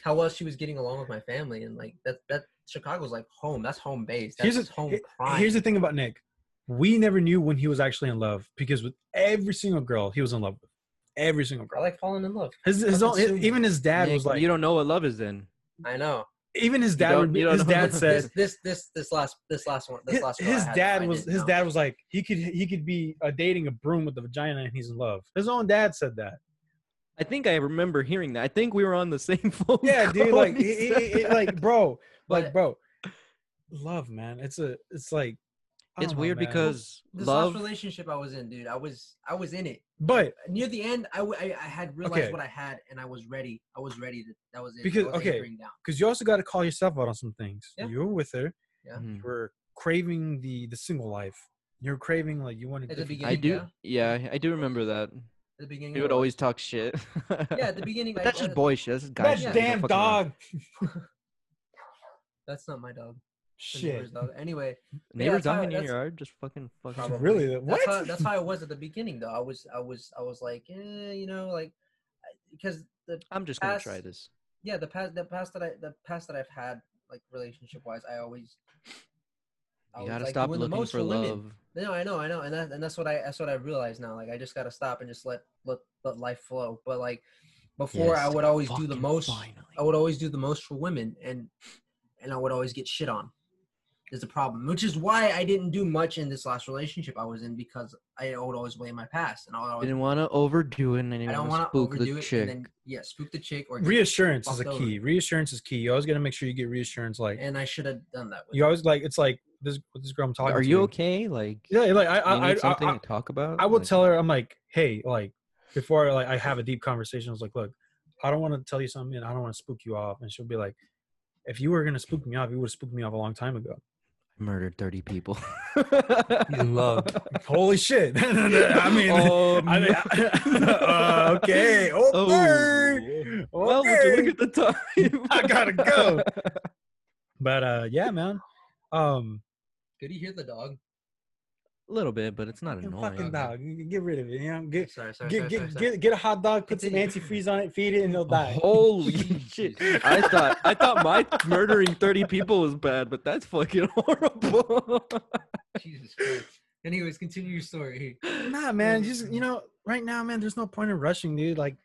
D: how well she was getting along with my family, and like that that Chicago's like home. That's home base. That's
C: Here's
D: his
C: the-
D: home
C: he-
D: crime.
C: Here's the thing about Nick. We never knew when he was actually in love because with every single girl he was in love with, every single
D: I
C: girl.
D: like falling in love.
C: His, his
D: fucking
C: own, his-
D: soon.
C: even his dad
B: Nick,
C: was like,
B: you don't know what love is then.
D: I know.
C: even his dad
B: don't-
C: would be,
B: you don't
C: his
B: know.
C: dad said
D: this this this this last this last one this
C: his,
D: last one I
C: his
D: had, I
C: dad was
D: didn't
C: his
D: know.
C: dad was like he could he could be uh, dating a broom with a vagina and he's in love. His own dad said
B: [LAUGHS]
C: that.
B: I think I remember hearing that. I think we were on the same [LAUGHS] phone.
C: Yeah, dude,
B: call
C: like
B: when he
C: it-
B: said
C: it- it-
B: that.
C: like bro,
D: But-
C: like bro, love man. It's a it's like I
B: it's
C: don't know,
B: weird
C: man.
B: because
D: this
B: love.
D: last relationship I was in, dude. I was I was in it
C: but
D: near the end. I w- I, I had realized
C: Okay.
D: what I had, and I was ready. I was ready. To, that was it. I
C: Because-
D: was
C: okay.
D: anchoring down.
C: because you also got to call yourself out on some things.
D: Yeah.
C: You were with her.
B: Mhm.
C: You were craving the the single life. You're craving like you wanted.
D: At the
C: different-
D: beginning,
B: I do.
D: yeah.
B: Yeah, I do remember that.
D: At the beginning,
B: He
D: it
B: would
D: was.
B: always talk shit.
D: [LAUGHS]
B: [LAUGHS]
D: Yeah, at the beginning.
B: But
D: like,
B: that's just
D: uh,
B: boy shit. That's just guy
C: That
B: shit.
D: Yeah.
B: They don't
C: damn
B: fucking know. [LAUGHS]
C: dog.
D: That's not my dog. That's the
C: Shit.
D: neighbor's dog. Anyway,
B: Neighbor
D: that's how-
B: dog in your
D: that's-
B: yard, just fucking fucking.
D: Probably.
C: Really? What?
D: that's how that's how I was at the beginning though. I was I was I was like, eh, you know, like because the
B: I'm just gonna
D: Pass.
B: try this.
D: yeah the past the past that I the past that I've had like relationship wise, I always I
B: You
D: was,
B: gotta
D: like,
B: stop
D: doing the
B: looking
D: most
B: for
D: women.
B: love.
D: No, I know, I know, and that, and that's what I that's what I realized now. Like I just gotta stop and just let let let life flow. But like before, I
B: Yes,
D: would always do
B: fucking
D: the most.
B: finally.
C: Oh,
D: I would always do the most for women, and and I would always get shit on. Is the problem, which is why I didn't do much in this last relationship I was in because I would always blame my past, and I would
B: I
D: always
B: didn't want to overdo it, and I
D: I
B: didn't
D: don't
B: want to
D: want to
B: spook
D: overdo
B: the
D: it,
B: chick.
D: and then yeah, spook the chick or
C: reassurance is a
D: fucked over.
C: key. Reassurance is key. You always got to make sure you get reassurance. Like
D: and I should have done that. With
C: you always like it's like this this girl I'm talking.
B: Are
C: to.
B: you okay? Like,
C: Yeah, like I
B: you
C: I, I,
B: need something
C: I,
B: to talk about.
C: I will
B: Like,
C: tell her I'm like, hey, like before like I have a deep conversation, I was like, look, I don't want to tell you something and I don't want to spook you off. And she'll be like, if you were gonna spook me off, you would have spooked me off a long time ago.
B: I murdered thirty
C: [LAUGHS]
B: people. [LAUGHS]
D: love.
C: Holy shit. [LAUGHS] I mean
B: Um,
C: I mean, [LAUGHS] uh, okay. Oh,
B: Oh.
C: burn.
B: [LAUGHS] well, would you look at the time?
C: I gotta go. But uh yeah, man. Um
D: Could you hear the dog?
B: A [LAUGHS] little bit, but it's not
C: fucking
B: annoying. [LAUGHS]
C: dog. Get rid of it. You know, get
D: Sorry, sorry,
C: get
D: sorry, sorry,
C: get
D: sorry.
C: get, get a hot dog,
B: [LAUGHS]
C: put some
D: Continue.
C: antifreeze on it, feed it, and it'll die.
B: Oh,
C: [LAUGHS]
B: Holy shit! I thought I thought my murdering thirty people was bad, but that's fucking [LAUGHS] horrible.
D: [LAUGHS] Jesus Christ. Anyways, continue your story.
C: Nah,
B: [LAUGHS]
C: man. Just you know, right now, man. There's no point in rushing, dude. Like,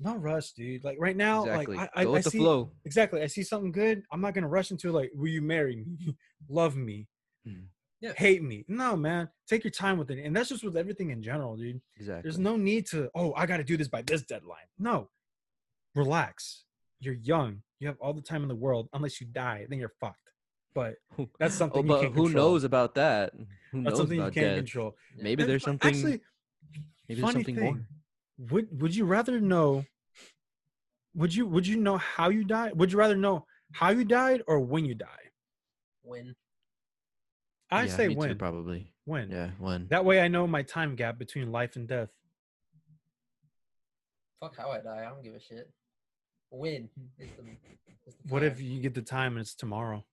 C: no rush, dude. Like right now,
B: exactly.
C: like I, I,
B: Go
C: I
B: with the
C: see
B: flow.
C: exactly. I see something good. I'm not gonna rush into it, like, will you marry me? [LAUGHS] Love me?
B: Mhm.
D: Yeah.
C: Hate me? No, man. Take your time with it, and that's just with everything in general, dude.
B: Exactly.
C: There's no need to. Oh, I got to do this by this deadline. No, relax. You're young. You have all the time in the world. Unless you die, then you're fucked. But that's something
B: Oh,
C: you
B: but
C: can't
B: who
C: control.
B: knows about that? [LAUGHS] Who
C: that's
B: knows
C: something you
B: about
C: can't
B: death?
C: control.
B: Maybe
C: And
B: there's
C: fu-
B: something.
C: Actually,
B: maybe there's
C: funny
B: something
C: thing.
B: more.
C: would would you rather know would you would you know how you died would you rather know how you died or when you die
D: When
C: i
B: Yeah,
C: say
B: me too,
C: when
B: probably.
C: when
B: Yeah, when.
C: that way i know my time gap between life and death
D: fuck how I die, I don't give a shit. When is the, is the
C: what if
D: time.
C: you get the time and it's tomorrow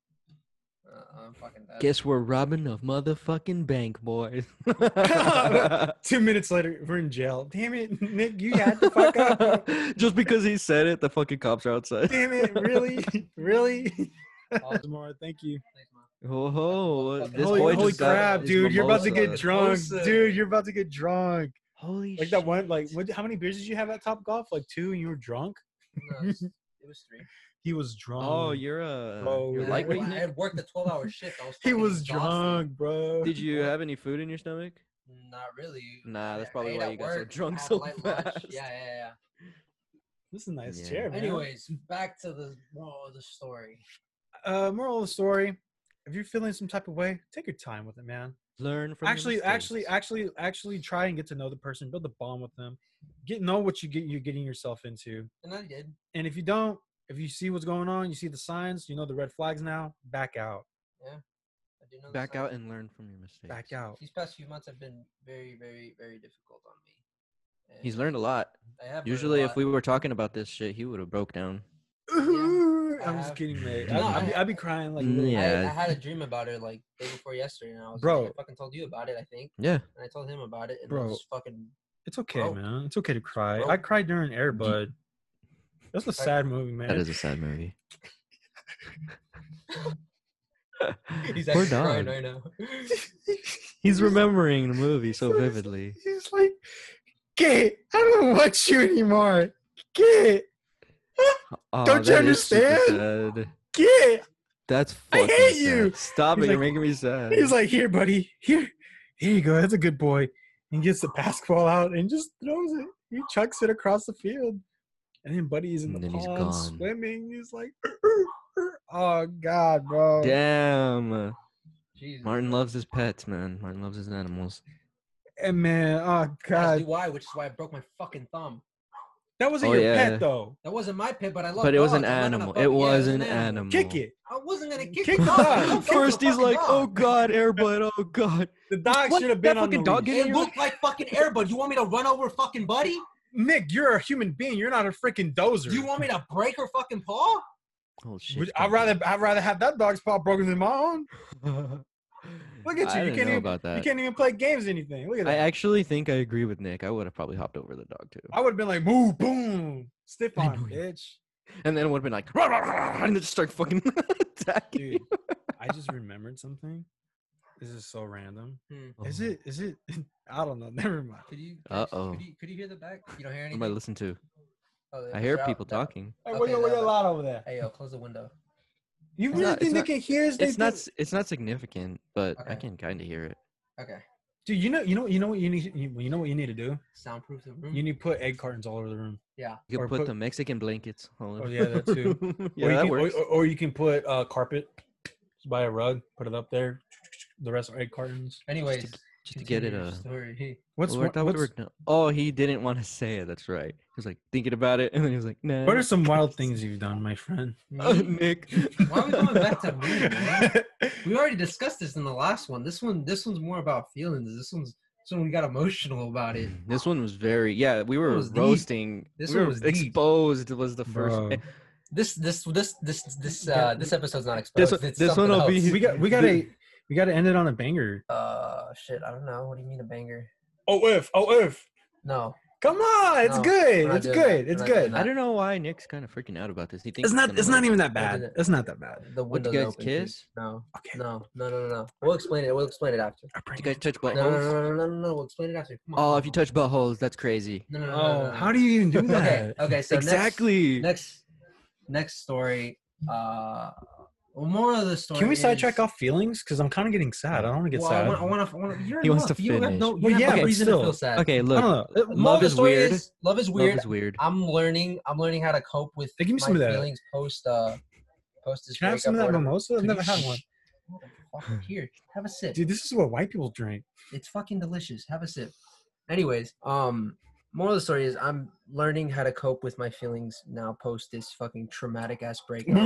D: Uh, I'm fucking
B: [LAUGHS]
D: dead.
B: Guess we're robbing a motherfucking bank,
C: [LAUGHS]
B: boys. [LAUGHS]
C: two minutes later we're in jail damn it [LAUGHS] nick you had to fuck up [LAUGHS] bro.
B: [LAUGHS] Just because he said it, the fucking cops are outside. [LAUGHS]
C: damn it really [LAUGHS] really tomorrow thank you
D: Thanks, Mom.
B: Oh, ho,
D: Fucking
B: [LAUGHS] this
C: holy,
B: boy
C: holy
B: just got
C: crap
B: his
C: dude you're about to get
B: mimosa.
C: drunk
D: Mimosa.
C: dude you're about to get drunk
B: Holy
C: like that one like what, how many beers did you have at top golf like two and you were drunk
D: No, it
C: [LAUGHS]
D: was- it was three.
C: He was drunk.
B: Oh, you're a
C: Bro,
B: you're
D: And I
C: yeah. like
D: had-
B: lightweight.
D: I
B: Nick?
D: had worked a 12 hour shift. I was
C: he
D: fucking
C: was
D: exhausted.
C: drunk, bro.
B: Did you uh, have any food in your stomach?
D: Not really.
B: Nah,
D: I-
B: that's
D: I
B: probably
D: ate
B: why
D: at
B: you got so
D: work,
B: drunk
D: had a
B: so [LAUGHS]
D: light lunch.
B: fast.
D: Yeah, yeah, yeah.
C: This is a nice
B: Yeah.
C: chair, man.
D: Anyways, back to the moral of the story.
C: uh, moral of the story: If you're feeling some type of way, take your time with it, man.
B: Learn from your
C: actually, actually,
B: mistakes.
C: actually, actually, try and get to know the person, build a bond with them, get know what you get you're getting yourself into.
D: And I did.
C: And if you don't, if you see what's going on, you see the signs, you know the red flags now. Back out,
D: I do know the
B: back
D: signs.
B: out and learn from your mistakes.
C: back out.
D: These past few months have been very, very, very difficult on me. And
B: He's learned a lot.
D: I have learned a
B: Usually, if
D: lot.
B: we were talking about this shit, he would have broke down.
D: [LAUGHS] Yeah, I
C: [LAUGHS] I'm just
D: have-
C: kidding, mate.
D: No,
C: I, I'd, be,
D: I-
C: I'd be crying like, a
B: Mm,
C: little-
B: yeah.
D: I, I had a dream about it like day before yesterday, and I was
C: Bro.
D: Like, I fucking told you about it, I think,
B: Yeah.
D: and I told him about it, and I
C: Bro.
D: was fucking [LAUGHS]
C: it's okay,
D: Bro.
C: man. It's okay to cry.
D: Bro.
C: I cried during Airbud. That's a
D: Like-
C: sad movie, man.
B: That is a sad
C: [LAUGHS]
B: movie.
D: he's
B: Poor
D: actually crying
B: dog.
D: right now. [LAUGHS]
B: He's remembering the movie
C: [LAUGHS]
B: so
C: He's like-
B: vividly.
C: He's like, Kate, I don't want you anymore. Kate,
B: Aw,
C: Don't you
B: that is super
C: understand?
B: sad.
C: kid.
B: That's
C: I
B: fucking.
C: hate
B: sad.
C: you.
B: Stop
C: He's
B: it! You're
C: like-
B: making me sad.
C: He's like, here, buddy, here, here you go. That's a good boy. And gets the basketball out and just throws it. He chucks it across the field. And then Buddy is in the
B: And then he's
C: pond
B: gone.
C: swimming. He's like, [LAUGHS] oh God, bro.
B: Damn.
D: Jesus.
B: Martin loves his pets, man. Martin loves his animals.
C: And man, oh
D: As
C: God,
D: do I, which is why I broke my fucking thumb.
C: that wasn't
B: Oh,
C: your
B: yeah.
C: pet though.
D: That wasn't my pit, but I love.
B: But it was
D: dogs.
B: an
D: I'm not gonna
B: animal.
D: fuck-
B: It
D: yeah,
B: was an animal. [LAUGHS]
C: Kick it.
D: I wasn't gonna kick,
C: Kick
D: the
C: the
D: dog.
C: dog.
D: I don't kick
B: First,
D: the
B: he's
D: fucking
B: like, "Oh
D: dog.
B: God, Airbud! Oh God!"
C: [LAUGHS] The dog
B: What?
C: should have
B: That
C: been on the
B: fucking dog
C: leash.
B: get
D: It looked like fucking Airbud. You want me to run over fucking Buddy?
C: Nick, you're a human being. You're not a freaking dozer.
D: You want me to break her fucking paw?
B: Oh shit!
C: Would- I'd rather I'd rather have that dog's paw broken than my own.
B: [LAUGHS]
C: Look at you.
B: I
C: you
B: didn't
C: can't
B: know
C: even
B: about that.
C: you can't even play games or anything. Look at
B: I
C: that.
B: actually think I agree with Nick. I would have probably hopped over the dog too,
C: I, would have been like, move, boom, stiff
B: I
C: arm,
B: know you. [LAUGHS]
C: bitch.
B: and then would have been like, [LAUGHS] "Rah, rah, rah, rah," and then just start fucking [LAUGHS] attacking.
C: Dude, I just remembered something. This is so random.
D: Hmm.
C: Is
B: Oh,
C: it? Is it? [LAUGHS] I don't know. Never mind.
D: Could you? could you-
B: Uh-oh.
D: Could you, could you hear the back? You don't hear
B: What
D: anything.
B: am I listening to?
D: Oh,
B: I hear
D: shout-
B: people
D: no.
B: talking.
C: Hey,
D: Okay,
C: what you- what
D: now
C: you
D: that-
C: lot over there?
D: Hey yo, close the window.
C: You
B: It's
C: really
B: not-
C: think
B: it's
C: they
B: not-
C: can hear us? They
B: It's not.
C: think-
B: s- It's not significant, but I
D: Okay.
B: can kind of hear it.
D: Okay.
C: Dude, you know, you know, you know what you need. You, you know what you need to do.
D: Soundproof the room.
C: You need to put egg cartons all over the room.
B: You can
C: Or
B: put,
C: put-
B: the Mexican blankets. all
C: Oh,
B: over
C: yeah, that
B: the [LAUGHS]
C: too.
B: room.
C: or
B: yeah,
C: you
B: that
C: can, or-
B: works.
C: Or, or you can put uh, carpet. Just buy a rug, put it up there. The rest are egg cartons.
D: Anyways,
B: Just to get it
D: continue your
B: uh
D: story.
C: What's
B: Well, I
C: one-
B: thought we
C: what's-
B: were gonna- Oh, he didn't want to say it. That's right. He was like thinking about it, and then he was like, "Nah."
C: What are some wild things you've done, my friend?
B: Uh,
D: Me?
B: [LAUGHS] Nick?
D: Why are we going back to me?
B: [LAUGHS]
D: man? [LAUGHS] We already discussed this in the last one. This one, this one's more about feelings. This one's, this one we got emotional
B: [LAUGHS]
D: about it.
B: this one was very yeah. We were
D: Mm. was deep.
B: roasting.
D: This
B: we
D: one
B: were
D: was deep.
B: exposed. Was the first.
C: Bro.
B: eh,
D: This, this, this, this, this, uh, this episode's not
B: This
D: exposed.
B: one-
D: It's
B: this
D: something
C: Oh,
B: one'll
D: else.
B: be-
C: we got we gotta we gotta end it on a banger.
D: Uh, shit. I don't know. What do you mean a banger?
C: Oh if oh if.
D: No.
C: Come on, it's
D: No, we're
C: good.
D: not
C: It's
D: doing
C: good.
D: that.
C: It's
D: We're not doing
C: good.
D: that.
B: I don't know why Nick's kind of freaking out about this. He thinks
C: It's not
B: gonna
C: it's not
B: work.
C: even that
D: I did
C: bad.
D: it.
C: It's not that bad.
D: The
B: What,
D: windows
B: you guys
D: open.
B: kiss?
D: dude. No.
C: Okay.
D: No. No. No. No. No. We'll explain it. We'll explain it after.
C: I bring
B: Did you guys touch
D: No. No. No.
B: buttholes?
D: No. No. No. no, We'll explain it after. Come on,
B: Oh,
D: come
B: if you
D: on.
B: touch buttholes, that's crazy.
D: No. No.
C: it.
D: no, no,
C: Oh,
D: no,
C: how
D: no.
C: do you even do
D: [LAUGHS] Okay. uh,
C: that?
D: Okay. So next-
B: exactly.
D: next next story uh well, more of the story
C: Can we
D: is,
C: sidetrack off feelings? Because I'm kind of getting sad. I don't want to get
D: well, I
C: sad.
D: want, I want to, I want to, you're
B: He wants
D: enough.
B: to
D: you have
B: finish.
D: no you
C: Well,
D: have
C: yeah,
D: no
C: but
D: reason
C: still.
D: to feel sad
B: Okay,
C: I
B: look.
C: don't know.
D: Moral
B: Love
D: of the
B: is
D: Uh, story
B: weird.
D: is- love is weird
B: Love is weird.
D: i'm learning i'm learning how to cope with
C: Hey, give me
D: my
C: some of that.
D: feelings post uh post this
C: Can I have
D: breakup
C: some
D: or
C: of that
D: whatever.
C: mimosa? I've
D: Could
C: never
D: you-
C: had one.
D: Fucking here have a sip
C: Dude, this is what white people drink.
D: it's fucking delicious have a sip anyways um moral of the story is i'm learning how to cope with my feelings now post this fucking traumatic ass
C: [LAUGHS]
D: breakup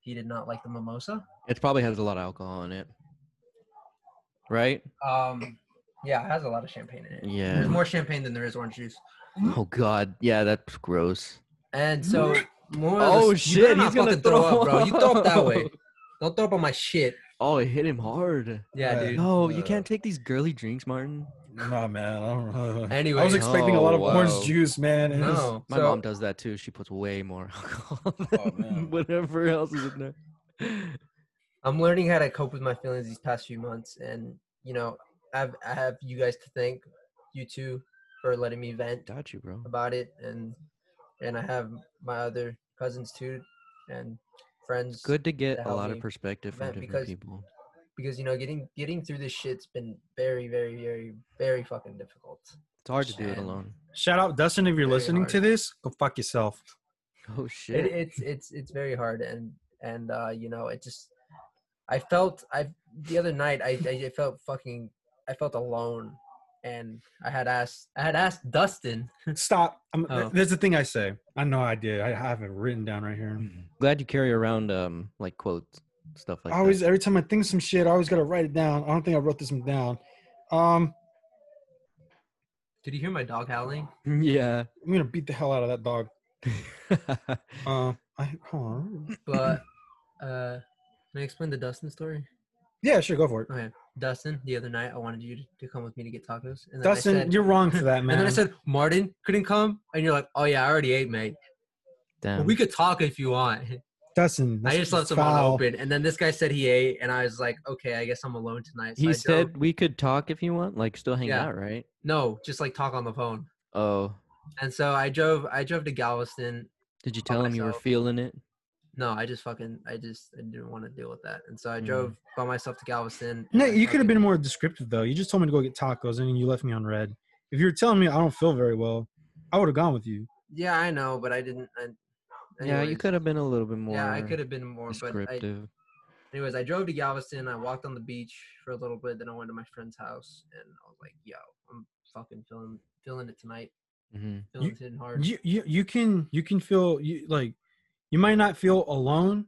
D: he did not like the mimosa
B: It probably has a lot of alcohol in it. Right?
D: Um, yeah, it has a lot of champagne in it. There's
B: Yeah.
D: more champagne than there is orange juice.
B: Oh god. Yeah, that's gross.
D: And so, more of
B: Oh,
D: the-
B: shit,
D: you better
B: he's
D: not
B: gonna
D: fucking throw
B: throw
D: up, bro. You throw up that way.
B: up.
D: Don't throw up on my shit.
B: [LAUGHS] Oh, it hit him
D: [LAUGHS]
B: hard.
D: Yeah,
C: Uh,
D: dude.
B: No, you can't take these girly drinks, Martin.
C: Nah, man. I don't know.
D: Anyway,
C: I was expecting a lot of
B: Oh, wow.
C: orange juice, man. It was-
D: no.
B: Oh, My
D: so,
B: mom does that too. She puts way more [LAUGHS] alcohol
C: Oh,
B: than
C: man.
B: whatever else is in there. [LAUGHS]
D: I'm learning how to cope with my feelings these past few months, and you know, I've I have you guys to thank, you two, for letting me vent
B: Got you, bro.
D: about it, and and I have my other cousins too, and friends.
B: Good to get a
D: help
B: lot of
D: me
B: perspective from
D: vent
B: different
D: because-
B: people.
D: because you know getting getting through this shit's been very very very very fucking difficult
B: It's hard to do it
D: Shit.
B: alone. [LAUGHS]
C: Shout out Dustin if you're
D: Very
C: listening
D: hard.
C: to this. Go fuck
D: [LAUGHS]
C: yourself.
B: Oh
D: it,
B: shit.
D: it's it's it's very hard and and uh you know it just i felt i the other night i i felt fucking i felt alone and i had asked i had asked dustin
C: Stop. I'm,
D: Oh.
C: There's a thing I say. I know I did. I have it written down right here.
B: [CLEARS THROAT] Glad you carry around um like quotes stuff like
C: I always,
B: that.
C: every time I think of some shit, I always gotta write it down. I don't think I wrote this one down. Um,
D: did you hear my dog howling
B: [LAUGHS] Yeah. [LAUGHS]
C: I'm gonna beat the hell out of that dog. Uh, I hold on. [LAUGHS]
D: but uh can i explain the dustin story
C: Yeah, sure, go for it.
D: okay dustin the other night i wanted you to, to come with me to get tacos and then I
C: Dustin,
D: said-
C: you're wrong for that,
D: [LAUGHS]
C: man.
D: and then i said martin couldn't come and you're like oh yeah i already ate mate
B: Damn.
D: But we could talk if you want
C: Dustin,
D: I
C: that's
D: just left someone
C: foul.
D: open, and then this guy said he ate, and I was like, okay, I guess I'm alone tonight. So
B: he
D: I
B: said
D: drove-
B: we could talk if you want, like still hang
D: Yeah.
B: out, right?
D: no, just like talk on the phone.
B: Oh.
D: And so I drove, I drove to Galveston.
B: Did you tell him you were
D: myself.
B: feeling it?
D: no, I just fucking, I just, I didn't want to deal with that, and so I
C: Mm.
D: drove by myself to Galveston.
C: No,
D: and I
C: you could have
D: fucking-
C: been more descriptive though. You just told me to go get tacos and you left me on red. If you were telling me I don't feel very well, I would have gone with you.
D: Yeah, I know, but I didn't. I,
B: Yeah, you
D: anyways.
B: could have been a little bit more.
D: Yeah, I could have been more, but I,
B: descriptive.
D: anyways, I drove to Galveston. I walked on the beach for a little bit. Then I went to my friend's house, and I was like, "Yo, I'm fucking feeling feeling it tonight.
B: hmm
D: Feeling
C: You-
D: it hitting hard."
C: You you, you can you can feel you, like you might not feel alone,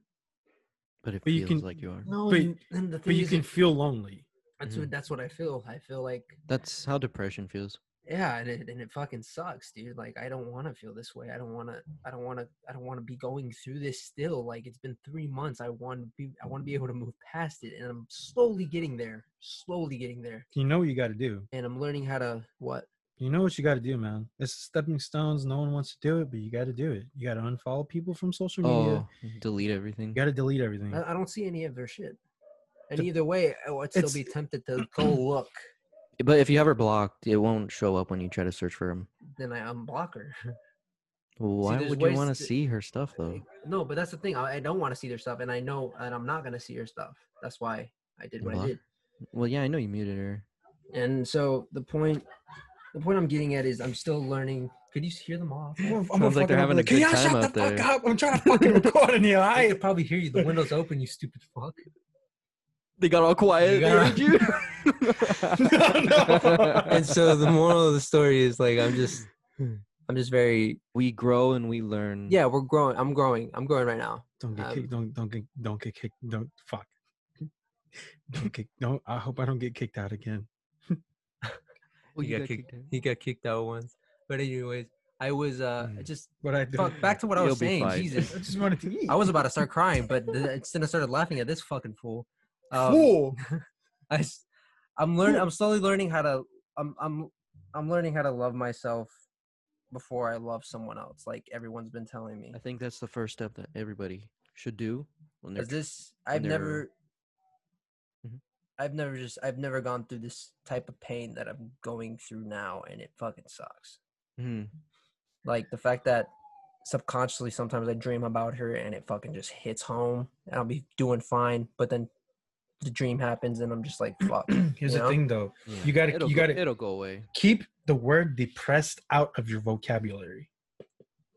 B: But it
C: But you
B: feels
C: can-
B: like you are.
D: no,
C: but-
D: and, and the thing
C: but you
D: is,
C: can Mm-hmm.
D: it-
C: feel lonely.
D: that's what that's what I feel. I feel like
B: That's how depression feels.
D: yeah, and it, and it fucking sucks, dude. Like I don't want to feel this way. I don't want to. I don't want to. I don't want to be going through this still. Like it's been three months. I want to be. I want to be able to move past it, and I'm slowly getting there. Slowly getting there,
C: You know what you got to do.
D: and I'm learning how to what.
C: You know what you got to do, man. It's stepping stones. No one wants to do it, but you got to do it. You got to unfollow people from social media.
B: Oh, delete everything.
C: You got to delete everything.
B: [LAUGHS]
D: I, I don't see any of their shit. And
C: The-
D: either way, I would still
C: it's-
D: be tempted to go look.
B: But if you have her blocked, it won't show up when you try to search for him.
D: Then I unblock her. [LAUGHS]
B: Why
D: there's
B: would you
D: ways
B: want
D: to-
B: to see her stuff though?
D: no, but that's the thing. I, I don't want to see their stuff, and I know that I'm not gonna see her stuff. That's why I did what I
B: Unblock.
D: did.
B: Well, yeah, I know you muted her.
D: And so the point, the point I'm getting at is I'm still learning. Could you hear them all?
C: I'm gonna
B: Sounds like
C: fucking
B: they're having a
C: upload- Can
B: good
C: y'all
B: time
C: shut
B: out
C: the fuck
B: there.
C: up?
B: [LAUGHS]
C: I'm trying to fucking record in here.
D: I
C: I
D: could probably hear you. The window's open. You stupid fuck.
B: They got all quiet.
D: They got-
B: did you? [LAUGHS]
D: And so the moral of the story is like I'm [SIGHS] just, I'm just very
B: We grow and we learn.
D: yeah. We're growing. I'm growing. I'm growing right now.
C: don't get
D: Um,
C: kicked. Don't don't get don't get kicked. Don't fuck. Don't get. Don't. I hope I don't get kicked out again.
B: Well,
D: You got kicked- He got kicked out once. But anyways, I was uh
B: Mm.
D: just
C: What I do?
D: fuck, back to what I
B: You'll
D: was
B: be
D: saying.
B: fine.
D: Jesus,
C: I just wanted to eat.
D: I was about to start crying, but th- instead I started laughing at this fucking
B: [LAUGHS]
D: fool.
B: [CLEARS THROAT]
D: Um,
C: Fool.
D: [LAUGHS] I, am learning. I'm slowly learning how to. I'm. I'm. I'm learning how to love myself before I love someone else. Like everyone's been telling me.
B: I think that's the first step that everybody should do when they're
D: Is this?
B: and
D: I've
B: they're-
D: never.
B: Mhm.
D: I've never just. I've never gone through this type of pain that I'm going through now, and it fucking sucks.
B: Mhm.
D: Like the fact that subconsciously sometimes I dream about her and it fucking just hits home and I'll be doing fine, but then the dream happens and I'm just like, fuck.
C: Here's
D: you
C: the
D: know?
C: thing, though.
B: Yeah.
C: You gotta-
B: It'll
C: you
B: go-
C: gotta-
B: It'll go away.
C: Keep the word depressed out of your vocabulary.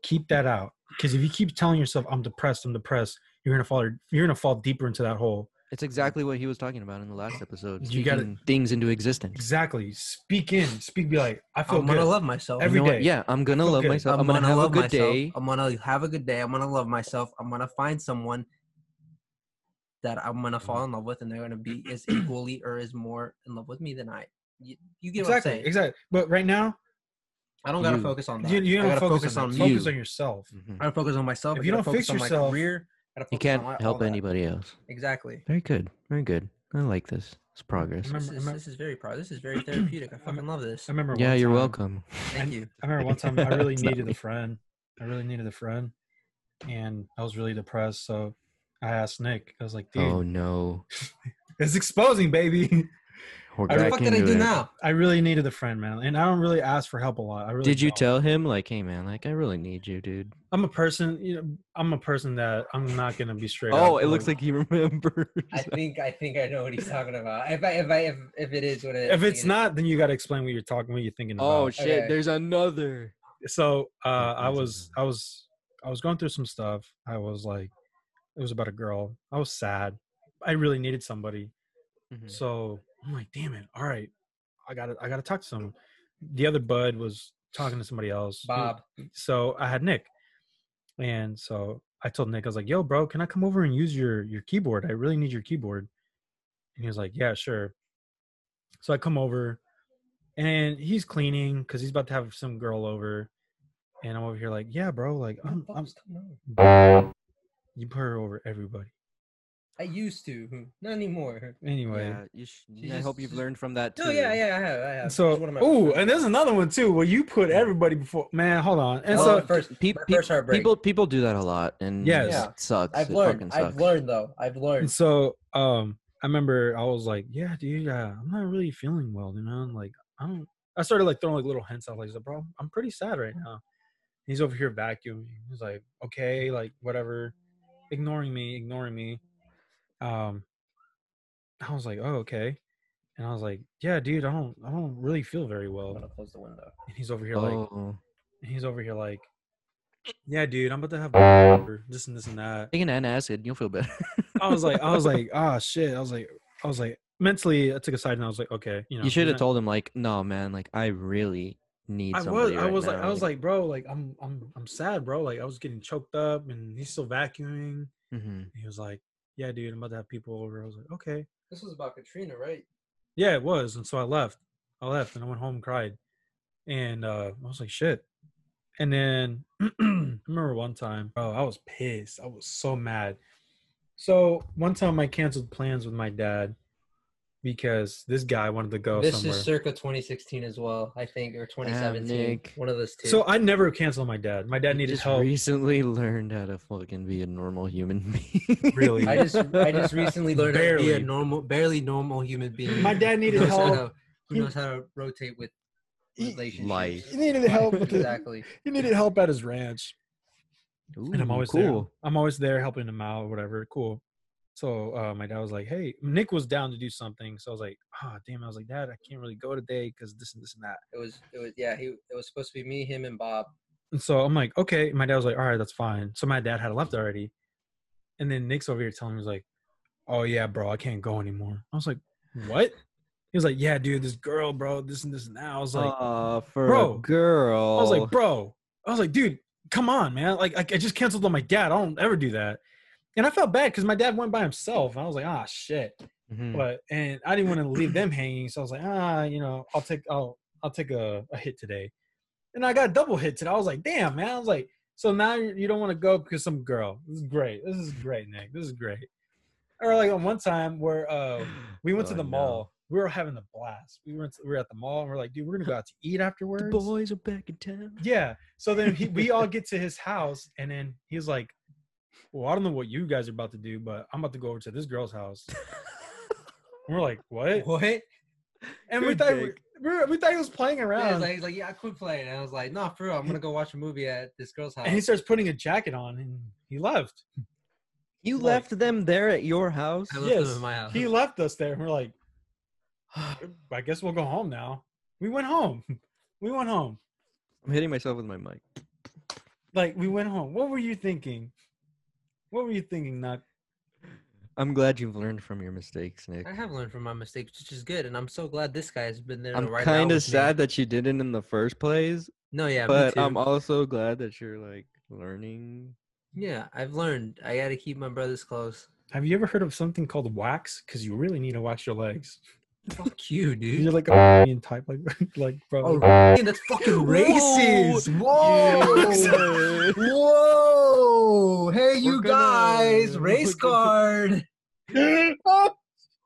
C: Keep that out, because if you keep telling yourself "I'm depressed," "I'm depressed," you're gonna fall. You're gonna fall deeper into that hole.
B: It's exactly what he was talking about in the last episode.
C: You gotta-
B: speaking things into existence.
C: Exactly. Speak in. Speak. Be like, I feel
D: I'm
C: good.
D: gonna love myself.
C: Every
B: you know what?
C: day.
B: Yeah, I'm gonna
C: Feel
B: love
C: good.
B: myself. I'm, gonna, have a
D: love
B: good
D: myself.
B: day.
D: I'm gonna have a good day. I'm gonna love myself. I'm gonna find someone that I'm gonna fall in love with, and they're gonna be [CLEARS THROAT] as equally or as more in love with me than I. You, you get what I'm
C: exactly.
D: saying?
C: Exactly. But right now,
D: I don't gotta
B: You.
D: focus on that.
C: you, you
D: I
C: don't
D: gotta
C: focus, on, that.
D: me.
C: Focus
B: you.
C: on yourself.
B: Mhm.
D: I gotta focus on myself.
C: If
D: I
C: you
D: gotta
C: don't
D: focus
C: fix
D: on my
C: yourself-
D: career, I gotta
B: You
D: focus on
B: can't
D: my- all
B: help
D: that.
B: anybody else.
D: Exactly.
B: Very good. Very good. I like this. It's progress.
C: Remember-
D: This is,
C: remember-
D: this is very proud. This is very therapeutic. I fucking love this.
C: I remember.
B: Yeah,
C: one
B: you're
C: time-
B: welcome.
D: Thank you.
C: I remember one time I
D: [LAUGHS]
C: really
B: It's not
C: needed
B: me.
C: a friend. I really needed a friend, and I was really depressed. So I asked Nick. I was like, "Dude,
B: Oh no.
C: [LAUGHS] it's exposing, baby. [LAUGHS]
B: We're
C: I
D: What the
C: Back
D: fuck
B: into
D: did I do
B: it.
D: now?
C: I really needed a friend, man. And I don't really ask for help a lot. I really
B: Did you
C: don't.
B: tell him like, hey man, like I really need you, dude?
C: I'm a person. You know, I'm a person that I'm not gonna be straight.
B: Oh,
C: up.
B: it looks like he [LAUGHS] remembers.
D: [LAUGHS] I think I think I know what he's talking about. If I if I if, if it is what it is,
C: If
B: [LAUGHS]
D: I
C: it's
D: think it is.
C: not, then you gotta explain what you're talking, what you're thinking about.
B: [LAUGHS] oh shit,
D: Okay.
B: there's another.
C: so uh, I
B: that's
C: was I was I was going through some stuff. I was like, it was about a girl. I was sad. I really needed somebody.
D: Mm-hmm.
B: Mhm.
C: So I'm like, damn it. All right, I gotta I gotta talk to someone. The other bud was talking to somebody else.
D: Bob.
C: So I had Nick, and so I told Nick I was like, yo, bro, can I come over and use your your keyboard? I really need your keyboard. And he was like, yeah, sure. So I come over, and he's cleaning because he's about to have some girl over. And I'm over here like, yeah, bro, like
D: What the
C: I'm,
D: fuck
C: I'm
D: was going on?
C: you put her over everybody.
D: I used to, hmm, not anymore.
C: Anyway,
B: Yeah, you sh-
D: She
B: I hope
D: just-
B: you've
D: she-
B: learned from that too.
D: No, yeah, yeah, I have, I have.
C: So,
D: It's one of my
C: oh,
D: first-
C: and there's another one too, where you put everybody before. Man, hold on. And
D: That was
C: so,
D: Oh, my first,
B: Pe-
D: my
B: pe-
D: first heartbreak.
B: people people do that a lot, and
C: Yes.
B: it
D: Yeah.
B: sucks.
D: I've
B: it fucking
D: learned.
B: sucks.
D: I've learned though. I've
C: and
D: learned.
C: so, um, I remember I was like, yeah, dude, uh, I'm not really feeling well, you know. Like, I don't. I started like throwing like little hints out, like, bro, I'm pretty sad right now. He's over here vacuuming. He's like, okay, like whatever. ignoring me, ignoring me. Um, I was like, oh okay, and I was like, yeah, dude, I don't, I don't really feel very well.
D: I'm gonna close the window.
C: And he's over here like,
B: Oh,
C: and he's over here like, yeah, dude, I'm about to have this and this and that.
B: taking an acid, you'll feel better.
C: I was like, I
B: [LAUGHS]
C: was like, ah, shit. I was like, I was like, mentally, I took a side and I was like, okay, you know,
B: you should have
C: told.
B: told him like, no, man, like I really need.
C: I was,
B: somebody
C: I
B: right
C: was like,
B: now."
C: I was like, bro, like I'm, I'm, I'm sad, bro. Like I was getting choked up, and he's still vacuuming.
B: Mhm.
C: And he was like, yeah, dude, I'm about to have people over. I was like, okay,
D: This was about Katrina, right?
C: yeah, it was. And so I left. I left, and I went home and cried. And uh, I was like, shit. And then [CLEARS THROAT] I remember one time, bro, I was pissed. I was so mad. So one time I canceled plans with my dad because this guy wanted to go
D: this
C: somewhere.
D: is circa 2016 as well, I think, or 2017.
B: Nick.
D: one of those two.
C: so I never canceled my dad. My dad
B: You
C: needed
B: just
C: help.
B: recently [LAUGHS] learned how to fucking be a normal human [LAUGHS] being.
C: Really.
D: I just
B: [LAUGHS]
D: I just recently learned how to be
C: Barely.
D: a normal, barely normal human being.
C: My dad
D: who
C: needed
D: knows how
C: help.
D: to- Who
C: He-
D: knows how to rotate with relationships?
B: Life.
C: He needed help with the-
D: exactly.
C: he needed help at his ranch, and I'm
B: Ooh,
C: always cool. There. I'm always there helping him out, or whatever. Cool. So uh, my dad was like, "Hey, Nick was down to do something." So I was like, "Ah, damn!" I was like, "Dad, I can't really go today because this and this and that."
D: It was it was yeah. He it was supposed to be me, him, and Bob.
C: And so I'm like, "Okay." My dad was like, "All right, that's fine." So my dad had left already, and then Nick's over here telling me, "He's like, oh yeah, bro, I can't go anymore." I was like, "What?" He was like, "Yeah, dude, this girl, bro, this and this and that." I was like,
B: Aw, for
C: Bro.
B: a girl.
C: I was like, bro. I was like, dude, come on, man. Like, I, I just canceled on my dad. I don't ever do that. And I felt bad because my dad went by himself. I was like, ah, shit.
B: Mhm.
C: But and I didn't want to leave them hanging, so I was like, ah, you know, I'll take, I'll, I'll take a, a hit today. And I got a double hit today. I was like, damn, man. I was like, so now you you don't want to go because some girl. This is great. This is great, Nick. This is great. Or like on one time where uh, [LAUGHS] we went to
B: Oh,
C: the
B: no.
C: mall. We were having a blast. We were, we were at the mall and we're like, dude, we're gonna go out to eat afterwards.
B: The boys are back in town.
C: Yeah. So then he, we all get to his house, and then he's like, "Well, I don't know what you guys are about to do, but I'm about to go over to this girl's house." And we're like, "What?"
D: What? He
C: And we
B: Good
C: thought we,
B: dick.
C: we were- we thought he was playing
D: was
C: around,
D: like, he's like, yeah, I quit playing. And I was like, no, for real, I'm gonna go watch a movie at this girl's house.
C: and he starts putting a jacket on, and he left.
B: You
C: Like-
B: left them there at your house?
D: I left him
C: yes,
D: in my house.
C: He left us there, and we're like, "I guess we'll go home now." We went home. [LAUGHS] We went home.
B: I'm hitting myself with my mic.
C: Like we went home. What were you thinking? What were you thinking? Not
B: I'm glad you've learned from your mistakes, Nick.
D: I have learned from my mistakes, which is good, and I'm so glad this guy has been there. to
B: I'm
D: ride it out
B: kind of
D: with me.
B: sad that you didn't in the first place,
D: No, yeah,
B: but
D: me too.
B: I'm also glad that you're like learning.
D: yeah, I've learned. I got to keep my brothers close.
C: have you ever heard of something called wax? Because you really need to wax your legs.
D: Fuck you, dude.
C: You're
B: Uh,
C: like a f***ing type, like [LAUGHS] like
D: Oh,
C: bro.
D: man, that's fucking racist.
B: Whoa!
D: Whoa. Hey,
B: you We're gonna- guys, race we're gonna-
D: card.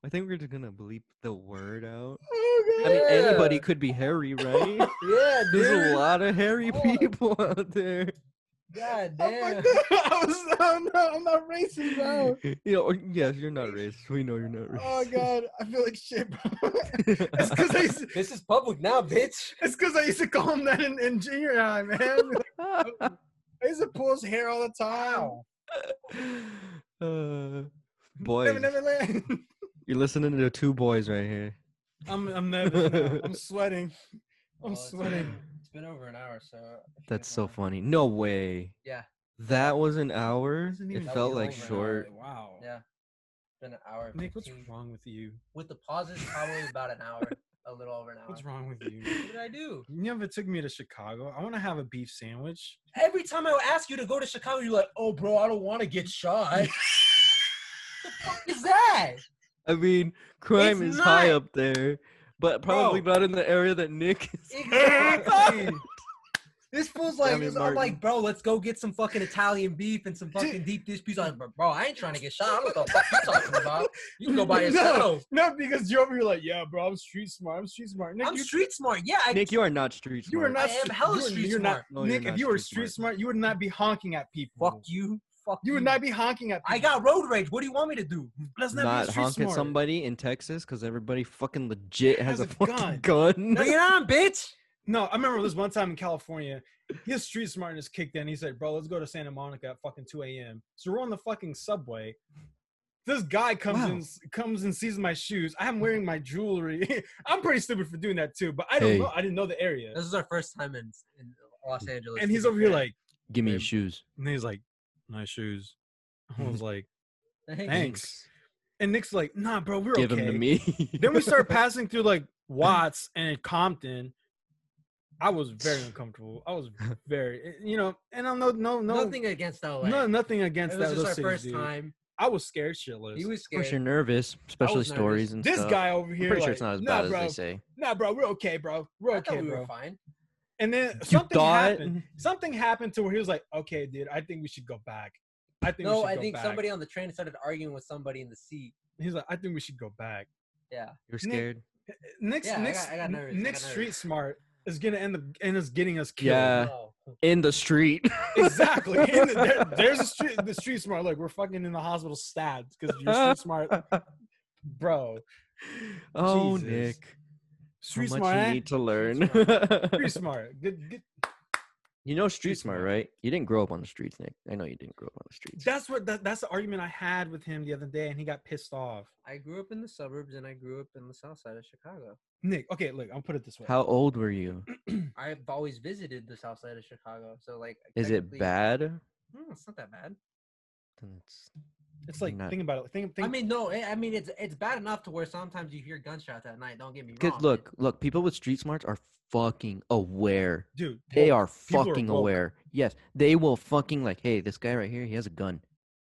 B: I think we're just gonna bleep the word out.
D: Oh,
B: I mean, anybody could be hairy, right?
C: [LAUGHS]
D: Yeah,
B: There's a lot of hairy
D: Oh.
B: people out there. Oh
D: God
C: I was, I'm, not, I'm not racist, bro.
B: [LAUGHS] You know, or- yes, you're not racist. We know you're not
C: Oh
B: racist.
C: god, I feel like shit,
B: [LAUGHS]
C: bro. It's because I, used-
D: This is public now, bitch.
C: it's 'cause I used to call him that in, in junior high, man. oh, I used to pull his hair all the
B: [LAUGHS]
C: time.
B: uh,
C: Never,
B: boys,
C: never land.
B: you're listening to two boys right here.
C: [LAUGHS] I'm, I'm nervous. [LAUGHS] I'm sweating. I'm Oh, sweating.
D: It's been over an hour, so. I think
B: That's
D: I'm
B: so
D: on.
B: funny. No way.
D: Yeah.
B: That was an hour.
C: Doesn't
B: It
C: even
B: felt
D: feel
B: like
D: over an hour.
B: short.
C: Wow.
D: Yeah. It's been an hour. and
C: Nick, what's
D: 15.
C: wrong with you?
D: With the pauses, probably about an hour. A little over an hour.
C: What's wrong with you?
D: Uh, What did I do?
C: You never took me to Chicago. I want to have a
D: [LAUGHS]
C: beef sandwich.
D: Every time I would ask you to go to Chicago, you're like, "Oh, bro, I don't want to get shot."
C: [LAUGHS]
D: the fuck is that?
B: I mean, crime
D: It's
B: is high
D: not-
B: up there, but probably not in the area that Nick is.
D: Exactly. [LAUGHS] this feels like
B: Demi
D: I'm
B: Martin.
D: like, bro, let's go get some fucking Italian beef and some fucking deep dish pizza. I'm like, bro, I ain't trying to get shot. I don't know what the fuck you talking about. You can go by
C: [LAUGHS] No.
D: yourself.
C: No, because you're over here like, yeah, bro, I'm street smart. I'm street smart. Nick,
D: I'm
C: you,
D: street smart. Yeah,
B: [LAUGHS]
D: I,
B: Nick, you are not street
C: you are
B: smart.
C: not.
D: I am
C: stre-
D: hella
C: you are-
D: street
C: you're not-
D: smart.
B: No, you're
C: Nick,
B: not
C: if you were
B: street
C: street
B: smart.
C: smart. you would not be honking at people.
D: fuck you. Fuck
C: You would not be honking at people.
D: I got road rage. What do you want me to do?
C: Let's
B: not,
C: not, be street
B: honk
C: smart.
B: at somebody in Texas because everybody fucking legit has, a, fucking gun.
D: No, you're not, bitch.
C: No, I remember this one time in California, his street smartness kicked in. He said, "Bro, let's go to Santa Monica at fucking 2 a.m." So we're on the fucking subway. This guy comes
B: Wow.
C: in, comes and sees my shoes. I'm wearing my jewelry. [LAUGHS] I'm pretty stupid for doing that too, but I don't
B: Hey.
C: know. I didn't know the area.
D: This is our first time in, in Los Angeles.
C: And
D: to
C: he's
D: be
C: over here
D: fair.
C: like,
B: Give me your
C: Babe.
B: shoes.
C: and he's like, "Nice shoes." I
B: [LAUGHS]
C: was like,
B: Thanks.
C: and Nick's like, "Nah, bro, we're
B: Give
C: okay."
B: them to me. [LAUGHS]
C: then we started passing through like Watts and Compton. I was very uncomfortable. I was very, you know, and I'm no, no, no,
D: nothing against LA.
C: no, nothing
D: It
C: against
D: was
C: that.
D: just
C: those
D: our
C: cities,
D: first
C: dude.
D: time.
C: I was scared shitless.
D: He was
B: Of course,
D: scared.
B: you're nervous, especially
D: nervous.
B: stories and
C: this
B: stuff.
C: guy over
B: I'm
C: here.
B: pretty
C: like,
B: sure it's not as
C: nah,
B: bad
C: bro,
B: as they say.
C: Nah, bro, we're okay, bro. We're
D: I thought
C: okay,
D: we
C: bro.
D: were fine.
C: and then
B: You
C: something
B: thought? [LAUGHS]
C: happened. Something happened to where he was like, "Okay, dude, I think we should go back. I think we
D: No,
C: should
D: I
C: go
D: think
C: back."
D: somebody on the train started arguing with somebody in the seat.
C: He's like, "I think we should go back."
D: Yeah.
B: You were scared.
C: Nick's
D: Yeah, I
C: Nick's
D: got- I got nervous, I got
C: Nick's street
D: nervous.
C: smart is gonna end up and is getting us killed.
B: Yeah. Uh,
D: No.
B: In the street. [LAUGHS]
C: Exactly. And there, there's a street, the street smart. Like we're fucking in the hospital stabbed because you're
B: [LAUGHS]
C: street smart, bro.
B: oh,
C: Jesus.
B: Nick.
C: Street
B: how much
C: smart.
B: you
C: eh?
B: need to learn. [LAUGHS]
C: Street smart. Good, good.
B: you know street
C: Street
B: smart,
C: smart.
B: right? You didn't grow up on the streets, Nick. I know you didn't grow up on the streets.
C: That's what. That, that's the argument I had with him the other day, and he got pissed off.
D: I grew up in the suburbs and I grew up in the south side of Chicago.
C: Nick. Okay, look. I'll put it this way.
B: How old were
C: [CLEARS THROAT]
B: you?
C: Hmm.
D: I've always visited the south side of Chicago. So, like,
B: Is it
D: technically-
B: bad? Then
D: Hmm, it's not that bad.
B: it's-
C: It's like
B: Not-
C: think about it. Think. think
D: I mean, no, eh, I I mean, it's it's bad enough to where sometimes you hear gunshots at night. Don't get me wrong.
B: Cause look, look, people with street smarts are fucking aware.
C: dude.
B: They
C: woke.
B: are
C: People are
B: fucking
C: woke.
B: aware. Yes, they will fucking like, hey, this guy right here, he has a gun,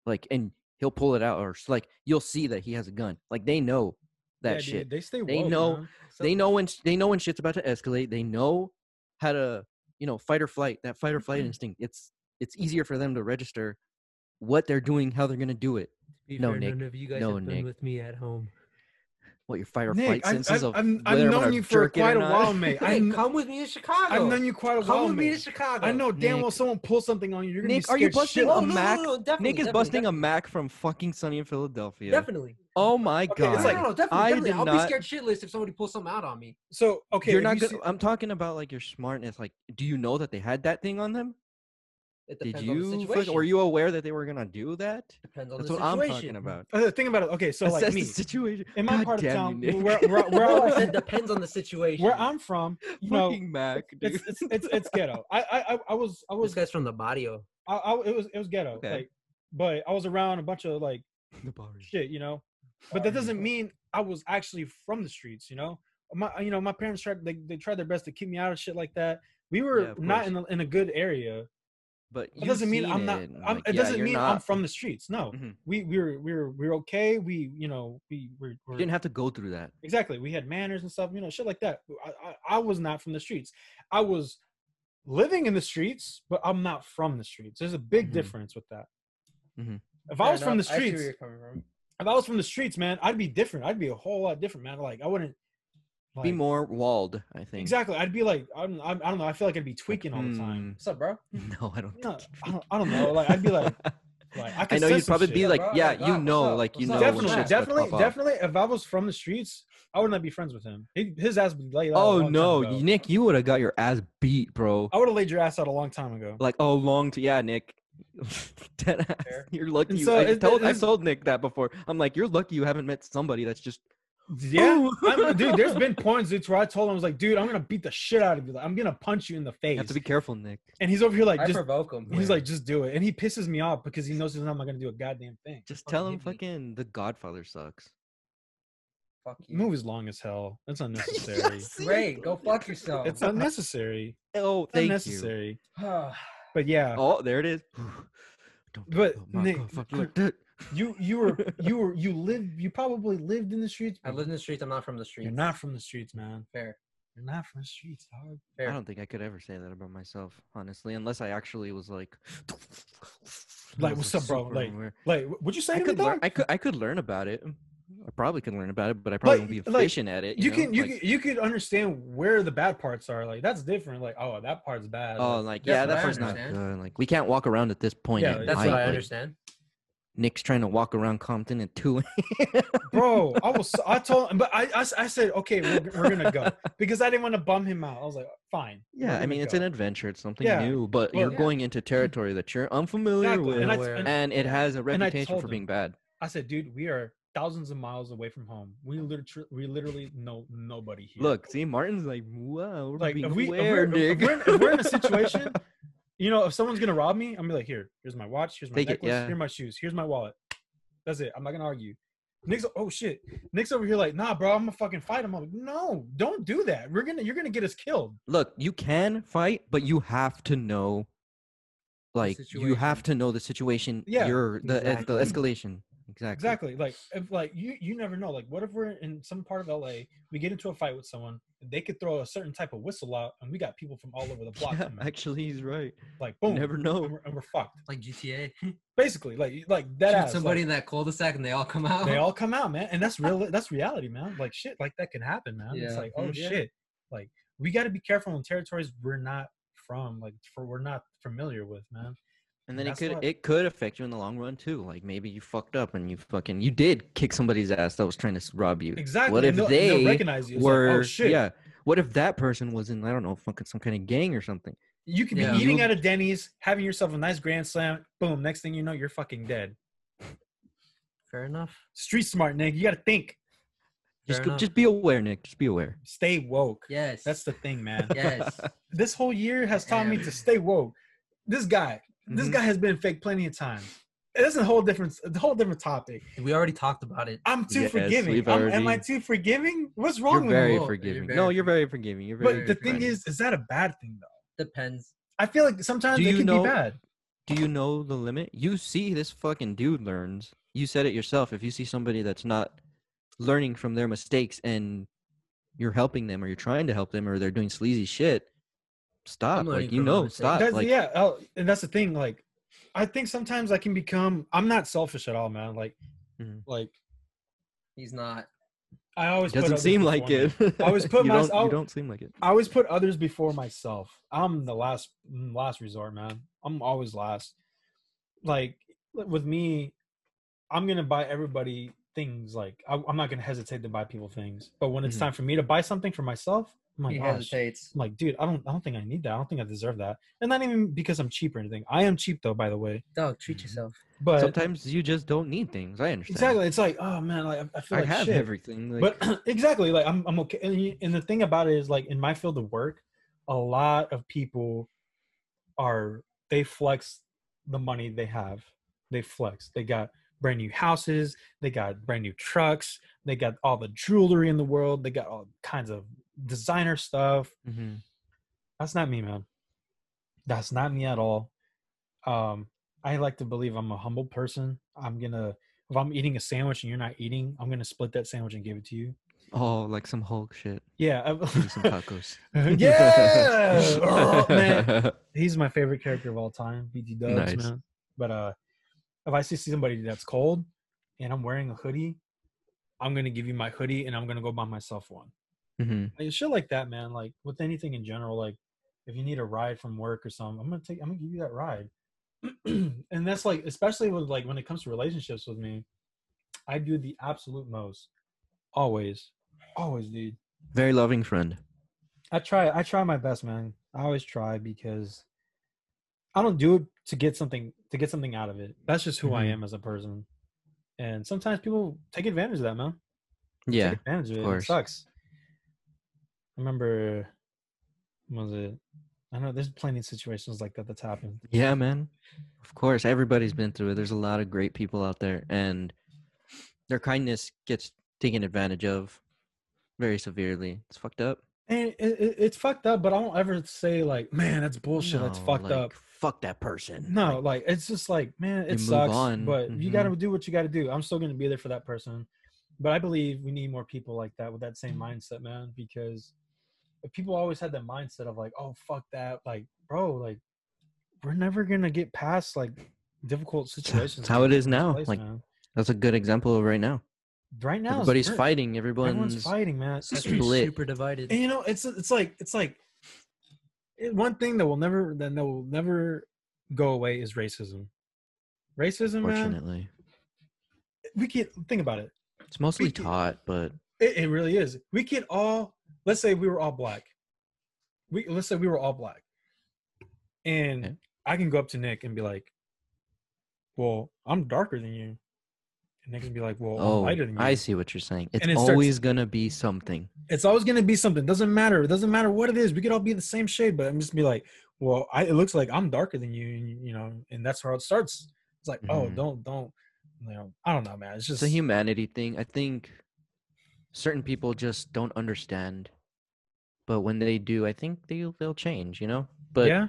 B: like, and he'll pull it out, or s- like, you'll see that he has a gun. Like, they know
C: Yeah,
B: that
C: dude,
B: shit.
C: They stay.
B: They
C: woke,
B: know-
C: man.
D: So-
B: they know when sh- they know when shit's about to escalate. They know how to, you know, fight or flight. That fight or flight
C: Mm-hmm.
B: instinct. It's it's easier for them to register what they're doing, how they're gonna do it.
D: Be
B: No,
D: fair,
B: Nick.
D: None of you guys
B: No,
D: have
B: Nick.
D: been with me at home.
B: What your fight or
C: Nick,
B: flight
C: I've-
B: senses
C: I've-
B: of
C: I'm- I've
B: whether I'm
C: known
B: gonna
C: you for
B: jerk it or
C: quite a
B: not. [LAUGHS]
C: while, mate. I
D: Hey,
C: kn-
D: come with me to Chicago.
C: I've known you quite a
D: Come
C: while,
D: with me to
C: man.
D: Chicago.
C: I know damn well
B: Nick.
C: someone pulls something on you. You're gonna
B: Nick,
C: be
B: are you
C: scared
B: busting
C: shitless.
B: a Mac?
D: definitely,
B: Nick is
D: definitely,
B: busting a
D: definitely,
B: Mac from fucking Sunny in Philadelphia.
D: Definitely.
B: Oh my
C: Okay,
B: god!
C: it's
D: no,
C: like,
D: no, no, definitely,
B: I
D: definitely.
B: did
D: I'll
B: not-
D: be scared shitless if somebody pulls something out on me.
C: So okay,
B: you're
C: if
B: not
C: you
B: gonna.
C: see-
B: I'm talking about like your smartness. Like, do you know that they had that thing on them?
D: It
B: Did
D: depends on the
B: you? fuck-
D: situation.
B: were you aware that they were gonna do that?
D: Depends on
B: That's
D: the
B: what
D: situation.
B: I'm talking about.
C: [LAUGHS] Uh, think about it. Okay, so like
B: Assess
C: me,
B: the situation.
C: in
B: [LAUGHS]
C: my
B: God
C: part of
B: damn
C: town,
B: you, Nick.
C: where,
B: [LAUGHS]
C: where, where,
D: No, I
C: I-
D: said depends on the situation.
C: where I'm from, you know,
B: fucking Mac, dude.
C: it's, it's it's it's ghetto. I I I- I was I
D: This
C: was
D: guy's from the barrio.
C: I, I it was it was ghetto.
B: Okay.
C: Like, but I was around a bunch of like
B: The bars.
C: shit, you know. But that doesn't mean I was actually from the streets, you know. My you know my parents tried they they tried their best to keep me out of shit like that. We were
B: Yeah, of
C: not
B: course.
C: in a, in a good area.
B: But
C: It doesn't mean I'm not. I'm, it doesn't mean I'm from the streets. No,
B: Mhm.
C: we we were we were we were okay. We you know we were,
B: You
C: were
B: didn't have to go through that.
C: exactly. We had manners and stuff. You know, shit like that. I, I I was not from the streets. I was living in the streets, but I'm not from the streets. There's a big
B: Mhm.
C: difference with that.
B: Mhm.
C: If I was
D: Fair
C: from the
D: enough. I see where
C: streets,
D: you're coming from.
C: if I was from the streets, man, I'd be different. I'd be a whole lot different, man. Like I wouldn't
B: Be
C: like-
B: more walled, I think.
C: exactly. I'd be like I'm, I'm. I don't know. I feel like I'd be tweaking all the time.
D: What's up, bro?
B: Mm, [LAUGHS] No, I
C: [LAUGHS]
B: don't.
C: No,
B: think
C: I don't, I don't know. Like I'd be
B: [LAUGHS]
C: like. like, I
B: I,
C: could
B: know
C: sense
B: you'd
C: some
B: probably
C: shit.
B: be
D: Yeah,
B: like,
D: bro,
B: yeah,
D: like,
B: you
D: what's
B: know,
D: up?
B: like you
D: What's
B: know,
D: up?
B: when
D: what
C: definitely,
B: shit's about to
C: definitely,
B: pop off.
C: definitely. If I was from the streets, I would not be friends with him. He, his ass would be laid out. a
B: Oh
C: long time Oh.
B: no,
C: ago.
B: you- Nick, you would have got your ass beat, bro.
C: I would have laid your ass out a long time ago.
B: Like, oh, long to yeah, Nick. [LAUGHS] Dead ass.
D: Fair.
B: You're lucky.
C: And
B: You,
C: so
B: I
C: it-
B: told I
C: it's-
B: told Nick that before. I'm like, you're lucky you haven't met somebody that's just
C: Yeah,
B: Ooh. [LAUGHS]
C: I'm, dude. There's been points, dude, where I told him, I was like, dude, I'm gonna beat the shit out of you. Like, I'm gonna punch you in the
B: you
C: face.
B: have to be careful, Nick.
C: and he's over here like,
D: I
C: just
D: provoke him.
C: he's like, just do it. And he pisses me off because he knows he's not gonna do a goddamn thing.
B: Just
D: fucking
B: tell him
D: hit me.
B: fucking The Godfather sucks.
D: fuck you.
C: The movie's long as hell.
B: [LAUGHS]
C: That's unnecessary.
D: Great, go fuck yourself. [SIGHS]
C: It's unnecessary.
B: Oh,
C: It's
B: [LAUGHS] thank you.
C: unnecessary.
D: I
C: But yeah,
B: Oh, there it is. [SIGHS] Don't
C: But,
B: talk about
C: Nick,
B: Godfather like that.
C: you you
B: [LAUGHS]
C: were you were you lived you probably lived in the streets. but
D: live in the streets. I'm not from the streets.
C: You're not from the streets, man.
D: fair.
C: You're not from the streets, dog.
B: I
D: Fair.
B: don't think I could ever say that about myself, honestly, unless I actually was like, and I
C: Like,
B: was,
C: what's up, bro?
B: super
C: Like,
B: aware.
C: Like, w- would you say
B: I
C: to me,
B: could learn.
C: dog?
B: I could. I could learn about it. I probably could learn about it, but I probably won't be
C: like,
B: efficient at it.
C: you
B: You, know?
C: can you
B: Like,
C: can you could understand where the bad parts are. Like, that's different. Like, oh, that part's bad.
B: Oh,
C: Like,
B: like
D: That's
B: yeah,
D: what
B: that
D: I
B: part's not
D: understand.
B: good. Like we can't walk around at this point.
C: Yeah,
B: at
D: That's
B: night,
D: what I
B: like,
D: understand.
B: Nick's trying to walk around Compton at two. [LAUGHS]
C: bro. I was, I told, him, but I, I, I said, okay, we're, we're gonna go because I didn't want to bum him out. I was like, fine. we're
B: yeah, I
C: gonna
B: mean it's
C: go.
B: an adventure. It's something
C: Yeah.
B: new, but
C: Well,
B: you're
D: yeah.
B: going into territory that you're unfamiliar
C: Exactly.
B: with,
C: And
B: and,
C: I,
D: Nowhere.
C: and
B: it has a
C: and I
B: reputation
C: told
B: for
C: him.
B: being bad.
C: I said, dude, we are thousands of miles away from home. We literally, we literally know nobody here.
B: Look, see, Martin's like, wow, we're
C: like
B: being
C: if we, if
B: aware,
C: we're, if
B: Nick."
C: we're in, if we're in
B: [LAUGHS]
C: a situation, you know, if someone's gonna rob me, I'm gonna be like, here, here's my watch, here's my
B: Take it,
C: necklace,
B: yeah.
C: here's my shoes, here's my wallet. That's it. I'm not gonna argue. Nick's oh shit. Nick's over here like, nah, bro, I'm gonna fucking fight him. I'm like, no, don't do that. We're gonna, you're gonna get us killed.
B: Look, you can fight, but you have to know, like, you have to know the situation.
C: Yeah,
B: you're the es- the
D: exactly.
B: escalation. Exactly.
C: Exactly. Like, if like you, you never know. Like, what if we're in some part of LA, we get into a fight with someone, they could throw a certain type of whistle out, and we got people from all
B: [LAUGHS]
C: over the block.
B: Yeah,
C: coming.
B: actually, he's right.
C: like,
B: You
C: boom,
B: never
C: and
B: know.
C: we're, and we're fucked.
D: Like GTA.
C: Basically, like, like that.
D: Shoot
C: ass,
D: somebody in
C: like-
D: that cul-de-sac and they all come out.
C: they all come out, man, and that's real. That's reality, man. Like shit, like that can happen, man. It's
D: Yeah.
C: like, oh
B: Mhm. [LAUGHS] Yeah.
C: shit, like we got to be careful in territories we're not from, like for we're not familiar with, man.
B: And then it
C: That's
B: could
C: what-
B: it could affect you in the long run too. Like maybe you fucked up and you fucking you did kick somebody's ass that was trying to s- rob you.
C: Exactly.
B: What if
C: and they'll- and they'll
B: they
C: recognize you? It's like,
B: were
C: oh shit,
B: yeah? What if that person was in I don't know fucking some kind of gang or something?
C: You could be
D: Yeah.
C: eating
B: You-
C: at a Denny's, having yourself a nice grand slam. Boom! Next thing you know, you're fucking dead.
D: Fair enough.
C: Street smart, Nick. You got to think.
B: Just
D: Fair
B: go,
D: enough.
B: just be aware, Nick. Just be aware.
C: Stay woke.
D: Yes.
C: That's the thing, man. [LAUGHS]
D: yes.
C: This whole year has taught me
D: Damn.
C: to stay woke. This guy, this
B: Mhm.
C: guy has been fake plenty of times. That's a whole different, a whole different topic.
D: We already talked about it.
C: I'm too
B: Yes,
C: forgiving.
B: we've
C: I'm, am I
B: already-
C: too forgiving? What's
B: Mm-hmm. You're
C: wrong with
B: very
C: me?
D: Lord, you're
B: forgiving.
D: very
B: no, you're very forgiving. You're very.
C: But the thing
B: forgiving.
C: is, is that a bad thing though?
D: Depends.
C: I feel like sometimes
B: Do
C: it
B: you
C: can
B: know-
C: be bad.
B: do you know the limit? You see this fucking dude learns. You said it yourself. If you see somebody that's not learning from their mistakes and you're helping them or you're trying to help them or they're doing sleazy shit, stop.
D: learning
B: Like you
D: from my
B: know,
D: mistakes.
B: stop.
C: That's,
B: Uh, Like
C: yeah, oh, and that's the thing. Like, I think sometimes I can become. I'm not selfish at all, man. Like,
B: Mhm.
C: like
D: He's not.
C: I always
B: it
C: put
B: doesn't
C: others
B: seem
C: before
B: like
C: me.
B: it.
C: I always
B: [LAUGHS]
C: put
B: you Don't,
C: myself-
B: you don't seem like it.
C: I always put others before myself. I'm the last mm, last resort, man. I'm always last. Like with me, I'm gonna buy everybody things. Like I, I'm not gonna hesitate to buy people things. But when it's
B: Mhm.
C: time for me to buy something for myself, I'm like,
D: he
C: Oh gosh. I'm
D: hesitates.
C: like, dude, I don't, I don't think I need that. I don't think I deserve that. And not even because I'm cheap or anything. I am cheap though, by the way.
D: Dog, treat
C: Mm-hmm.
D: yourself.
C: But
B: Sometimes you just don't need things. I understand.
C: exactly, it's like, oh man, like I, I feel
B: I
C: like
B: have
C: shit
B: everything. Like, [LAUGHS]
C: but [LAUGHS] [CLEARS THROAT] exactly like i'm, I'm okay and, you- and the thing about it is like in my field of work a lot of people are they flex the money they have they flex they got brand new houses they got brand new trucks they got all the jewelry in the world they got all kinds of designer stuff
B: Mhm.
C: that's not me man that's not me at all um i like to believe i'm a humble person i'm gonna if i'm eating a sandwich and you're not eating i'm gonna split that sandwich and give it to you
B: oh, like some Hulk shit.
C: yeah.
B: Give me some
C: I-
B: tacos. [LAUGHS]
C: [LAUGHS] yeah. Oh, man. He's my favorite character of all time, BT Dubs,
B: Nice.
C: man. But uh if I see somebody that's cold and I'm wearing a hoodie, I'm gonna give you my hoodie and I'm gonna go buy myself one.
B: Mhm.
C: Like shit like that, man. Like with anything in general, like if you need a ride from work or something, I'm gonna take I'm gonna give you that ride. [CLEARS THROAT] and that's like especially with like when it comes to relationships with me, I do the absolute most. Always. Always, dude.
B: Very loving friend.
C: I try. I try my best, man. I always try because I don't do it to get something to get something out of it. That's just who I
B: Mhm.
C: am as a person. And sometimes people take advantage of that, man.
B: Yeah.
C: take advantage
B: of
C: of, it. and It
B: course.
C: sucks. I remember. when Was it? I know there's plenty of situations like that that's happened.
B: Yeah, man. Of course, everybody's been through it. There's a lot of great people out there, and their kindness gets taken advantage of very severely. It's fucked up.
C: And it, it, it's fucked up, but I don't ever say like, "Man, that's bullshit. that's
B: No,
C: fucked
B: like,
C: up."
B: Fuck that person.
C: No,
B: Like,
C: like it's just like, man, it
B: move
C: sucks.
B: on. Mm-hmm.
C: But you got to do what you got to do. I'm still going to be there for that person. But I believe we need more people like that with that same mindset, man, because if people always had that mindset of like, oh, fuck that. Like, bro, like, we're never going to get past like difficult situations.
B: how
C: like,
B: it is
C: in this
B: now.
C: place,
B: Like,
C: man.
B: that's a good example of right now.
C: right now, it's-
B: Everybody's
C: we're-
B: fighting. Everyone's,
C: Everyone's fighting, man.
D: Country's
B: Split.
D: Super divided.
C: And you know, it's it's like it's like it, one thing that will never that will never go away is racism. Racism, man.
B: fortunately.
C: we could think about it.
B: It's mostly
C: Speaking-
B: taught, but
C: It, it really is. We could all let's say we were all black. We let's say we were all black, and
B: Okay.
C: I can go up to Nick and be like, "Well, I'm darker than you," and Nick can be like, "Well, I'm
B: oh,
C: lighter than you."
B: I see what you're saying. It's
C: And it starts-
B: always gonna be something.
C: It's always gonna be something. Doesn't matter. It doesn't matter what it is. We could all be the same shade, but I'm just be like, "Well, I, it looks like I'm darker than you," and you know, and that's where it starts. It's like, "Oh,
B: Mhm.
C: don't, don't." You know, I don't know, man. It's just
B: It's a humanity thing. I think certain people just don't understand, but when they do, I think they'll they'll change. You know, but
C: yeah.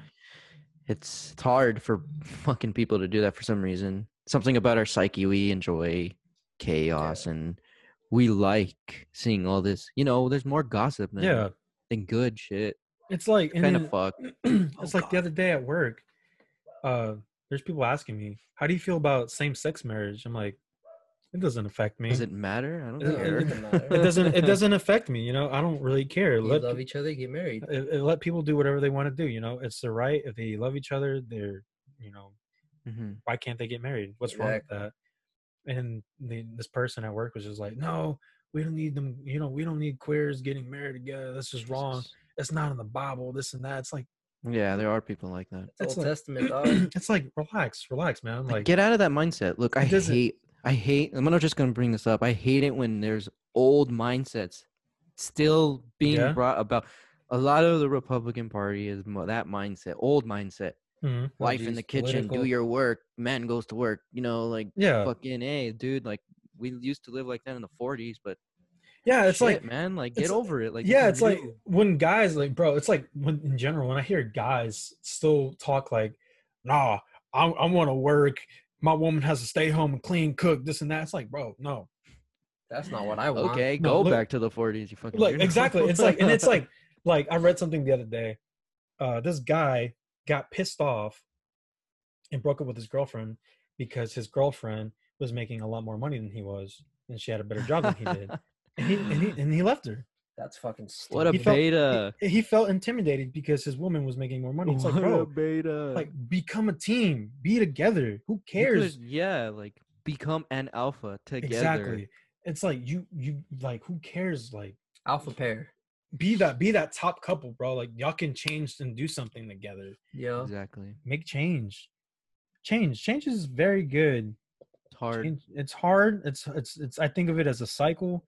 B: it's it's hard for fucking people to do that for some reason. Something about our psyche, we enjoy chaos and we like seeing all this. You know, there's more gossip than,
C: Yeah,
B: than good shit.
C: it's like and
B: Kind
C: then-
B: of fucked.
C: [CLEARS THROAT] it's like the
B: God.
C: other day at work. Uh, there's people asking me, "How do you feel about same-sex marriage?" I'm like, "It doesn't affect me.
B: Does it matter? I don't
C: It- it-
B: care. [LAUGHS]
C: [LAUGHS] it
D: doesn't
C: it doesn't.
D: [LAUGHS]
C: It doesn't affect me. You know, I don't really care.
D: You
C: Let
D: love
C: pe-
D: each other, get married.
C: it- it let people do whatever they want to do. You know, it's their right. If they love each other, they're you know,
B: Mhm.
C: why can't they get married? What's wrong with that? And the, this person at work was just like, "No, we don't need them. You know, we don't need queers getting married together. That's just wrong. That's not in the Bible. This and that. It's like."
B: Yeah, there are people like that.
D: It's Old
C: It's like- [CLEARS THROAT]
D: Testament, dog.
C: it's like relax, relax, man.
B: Like,
C: Like
B: get out of that mindset. Look, I
C: It doesn't-
B: hate, I hate, I'm not just going to bring this up. I hate it when there's old mindsets still being
C: Yeah.
B: brought about. A lot of the Republican Party is mo- that mindset, old mindset.
C: Mhm.
D: All
B: Wife in the
D: these
B: kitchen, do
D: political-
B: your work, man goes to work. You know, like,
C: yeah,
B: fucking A, dude. Like, we used to live like that in the 40s, but
C: yeah. It's
B: shit,
C: like
B: man, like,
C: it's-
B: get over it. Like,
C: yeah,
B: you
C: it's like
B: knew.
C: when guys like bro, it's like when in general when I hear guys still talk like, nah, I I want to work. My woman has to stay home and clean, cook this and that. It's like, bro, no,
D: That's not what I want.
B: okay,
C: No,
B: go
C: look-
B: back to the 40s. You fucking
C: like
B: weirdo.
C: exactly. It's like
B: [LAUGHS]
C: and it's like like I read something the other day. Uh, this guy got pissed off and broke up with his girlfriend because his girlfriend was making a lot more money than he was, and she had a better job than he did. [LAUGHS] and he, and he and he
B: [LAUGHS]
C: left her.
D: That's fucking stupid.
B: what a
C: he felt-
B: beta.
C: He, he felt intimidated because his woman was making more [LAUGHS] money. It's like,
B: Uh. [LAUGHS] What a
C: bro,
B: beta.
C: like
B: [LAUGHS]
C: become a team, be together. Who
B: You
C: cares?
B: could- yeah, like become an alpha together.
C: Exactly. It's like you, you like who cares? Like
D: alpha pair.
C: be that, be that top couple, bro. Like y'all can change and do something together.
D: Yeah.
B: Exactly.
C: Make change. Change. Change is very good.
B: It's hard.
C: Change- it's hard. It's it's it's. I think of it as a cycle.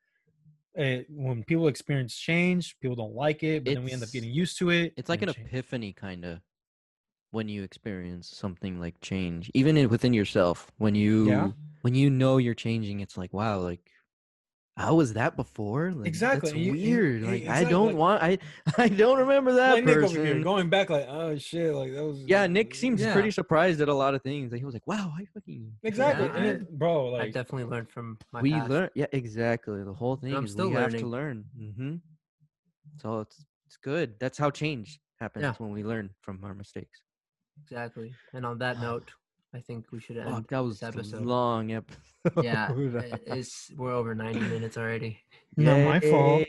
C: Uh when people experience change, people don't like it, but then we end up
B: It's-
C: getting used to it.
B: It's like an
C: and change-
B: epiphany kind of when you experience something like change, even in, within yourself. When you when you know you're changing, it's like wow, like how was that before? Like,
C: Exactly,
B: That's
C: and you- and-
B: weird.
C: e-
B: Like I
C: exactly,
B: don't
C: like-
B: want. I [LAUGHS] I don't remember that
C: Like Nick
B: person.
C: over here going back like, oh shit, like that was. [LAUGHS]
B: yeah, Nick seems
D: Yeah.
B: pretty surprised at a lot of things. Like, he was like, "Wow, I fucking
C: exactly,
D: Yeah,
C: and
D: I-
C: it- bro.
D: I
C: Like,
D: definitely learned from my
B: we
D: past.
B: learn yeah exactly the whole thing
D: I'm
B: is
D: still
B: we have to
D: learning.
B: learn mm-hmm. so it's it's good that's how change happens
D: Yeah.
B: when we learn from our mistakes
D: Exactly. And on that note, I think we should end.
B: Fuck, that was
D: this
B: a
D: episode.
B: long episode [LAUGHS]
D: Yeah, it- it's we're over 90 minutes already.
C: [LAUGHS] Not my fault.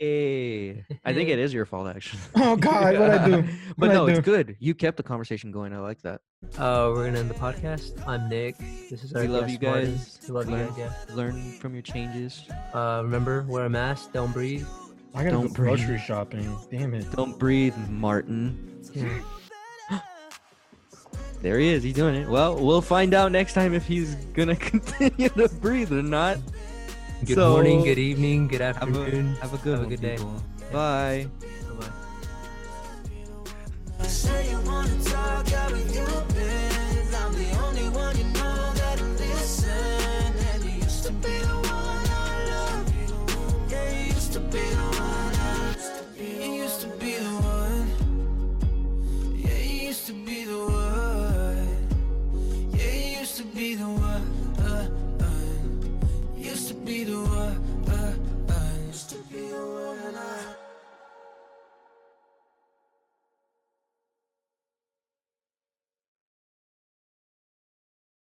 D: [LAUGHS]
B: Yay. i think it is your fault actually
C: [LAUGHS] Oh, God, what'd I do?
B: [LAUGHS] but
C: What'd I
B: no it's
C: do?
B: good you kept the conversation going i like that
D: Uh, we're gonna end the podcast. I'm Nick. This is our
B: we love you
D: guest,
B: guys
D: Martin. We love
B: learn,
D: you guys.
B: learn from your changes
D: Yeah. Uh, remember, wear a mask. Don't breathe.
C: [LAUGHS] I gotta
B: Don't
C: go grocery
B: breathe.
C: shopping. Damn it.
B: don't breathe martin
D: Yeah.
B: there he is he's doing it well we'll find out next time if he's gonna [LAUGHS] continue to breathe or not
D: Good morning.
B: So-
D: Good evening. Good
B: Have a,
D: afternoon.
B: have a good,
D: Have a
B: one,
D: good day.
B: people. Bye.
D: Bye-bye.
A: Say you wanna talk, how are you?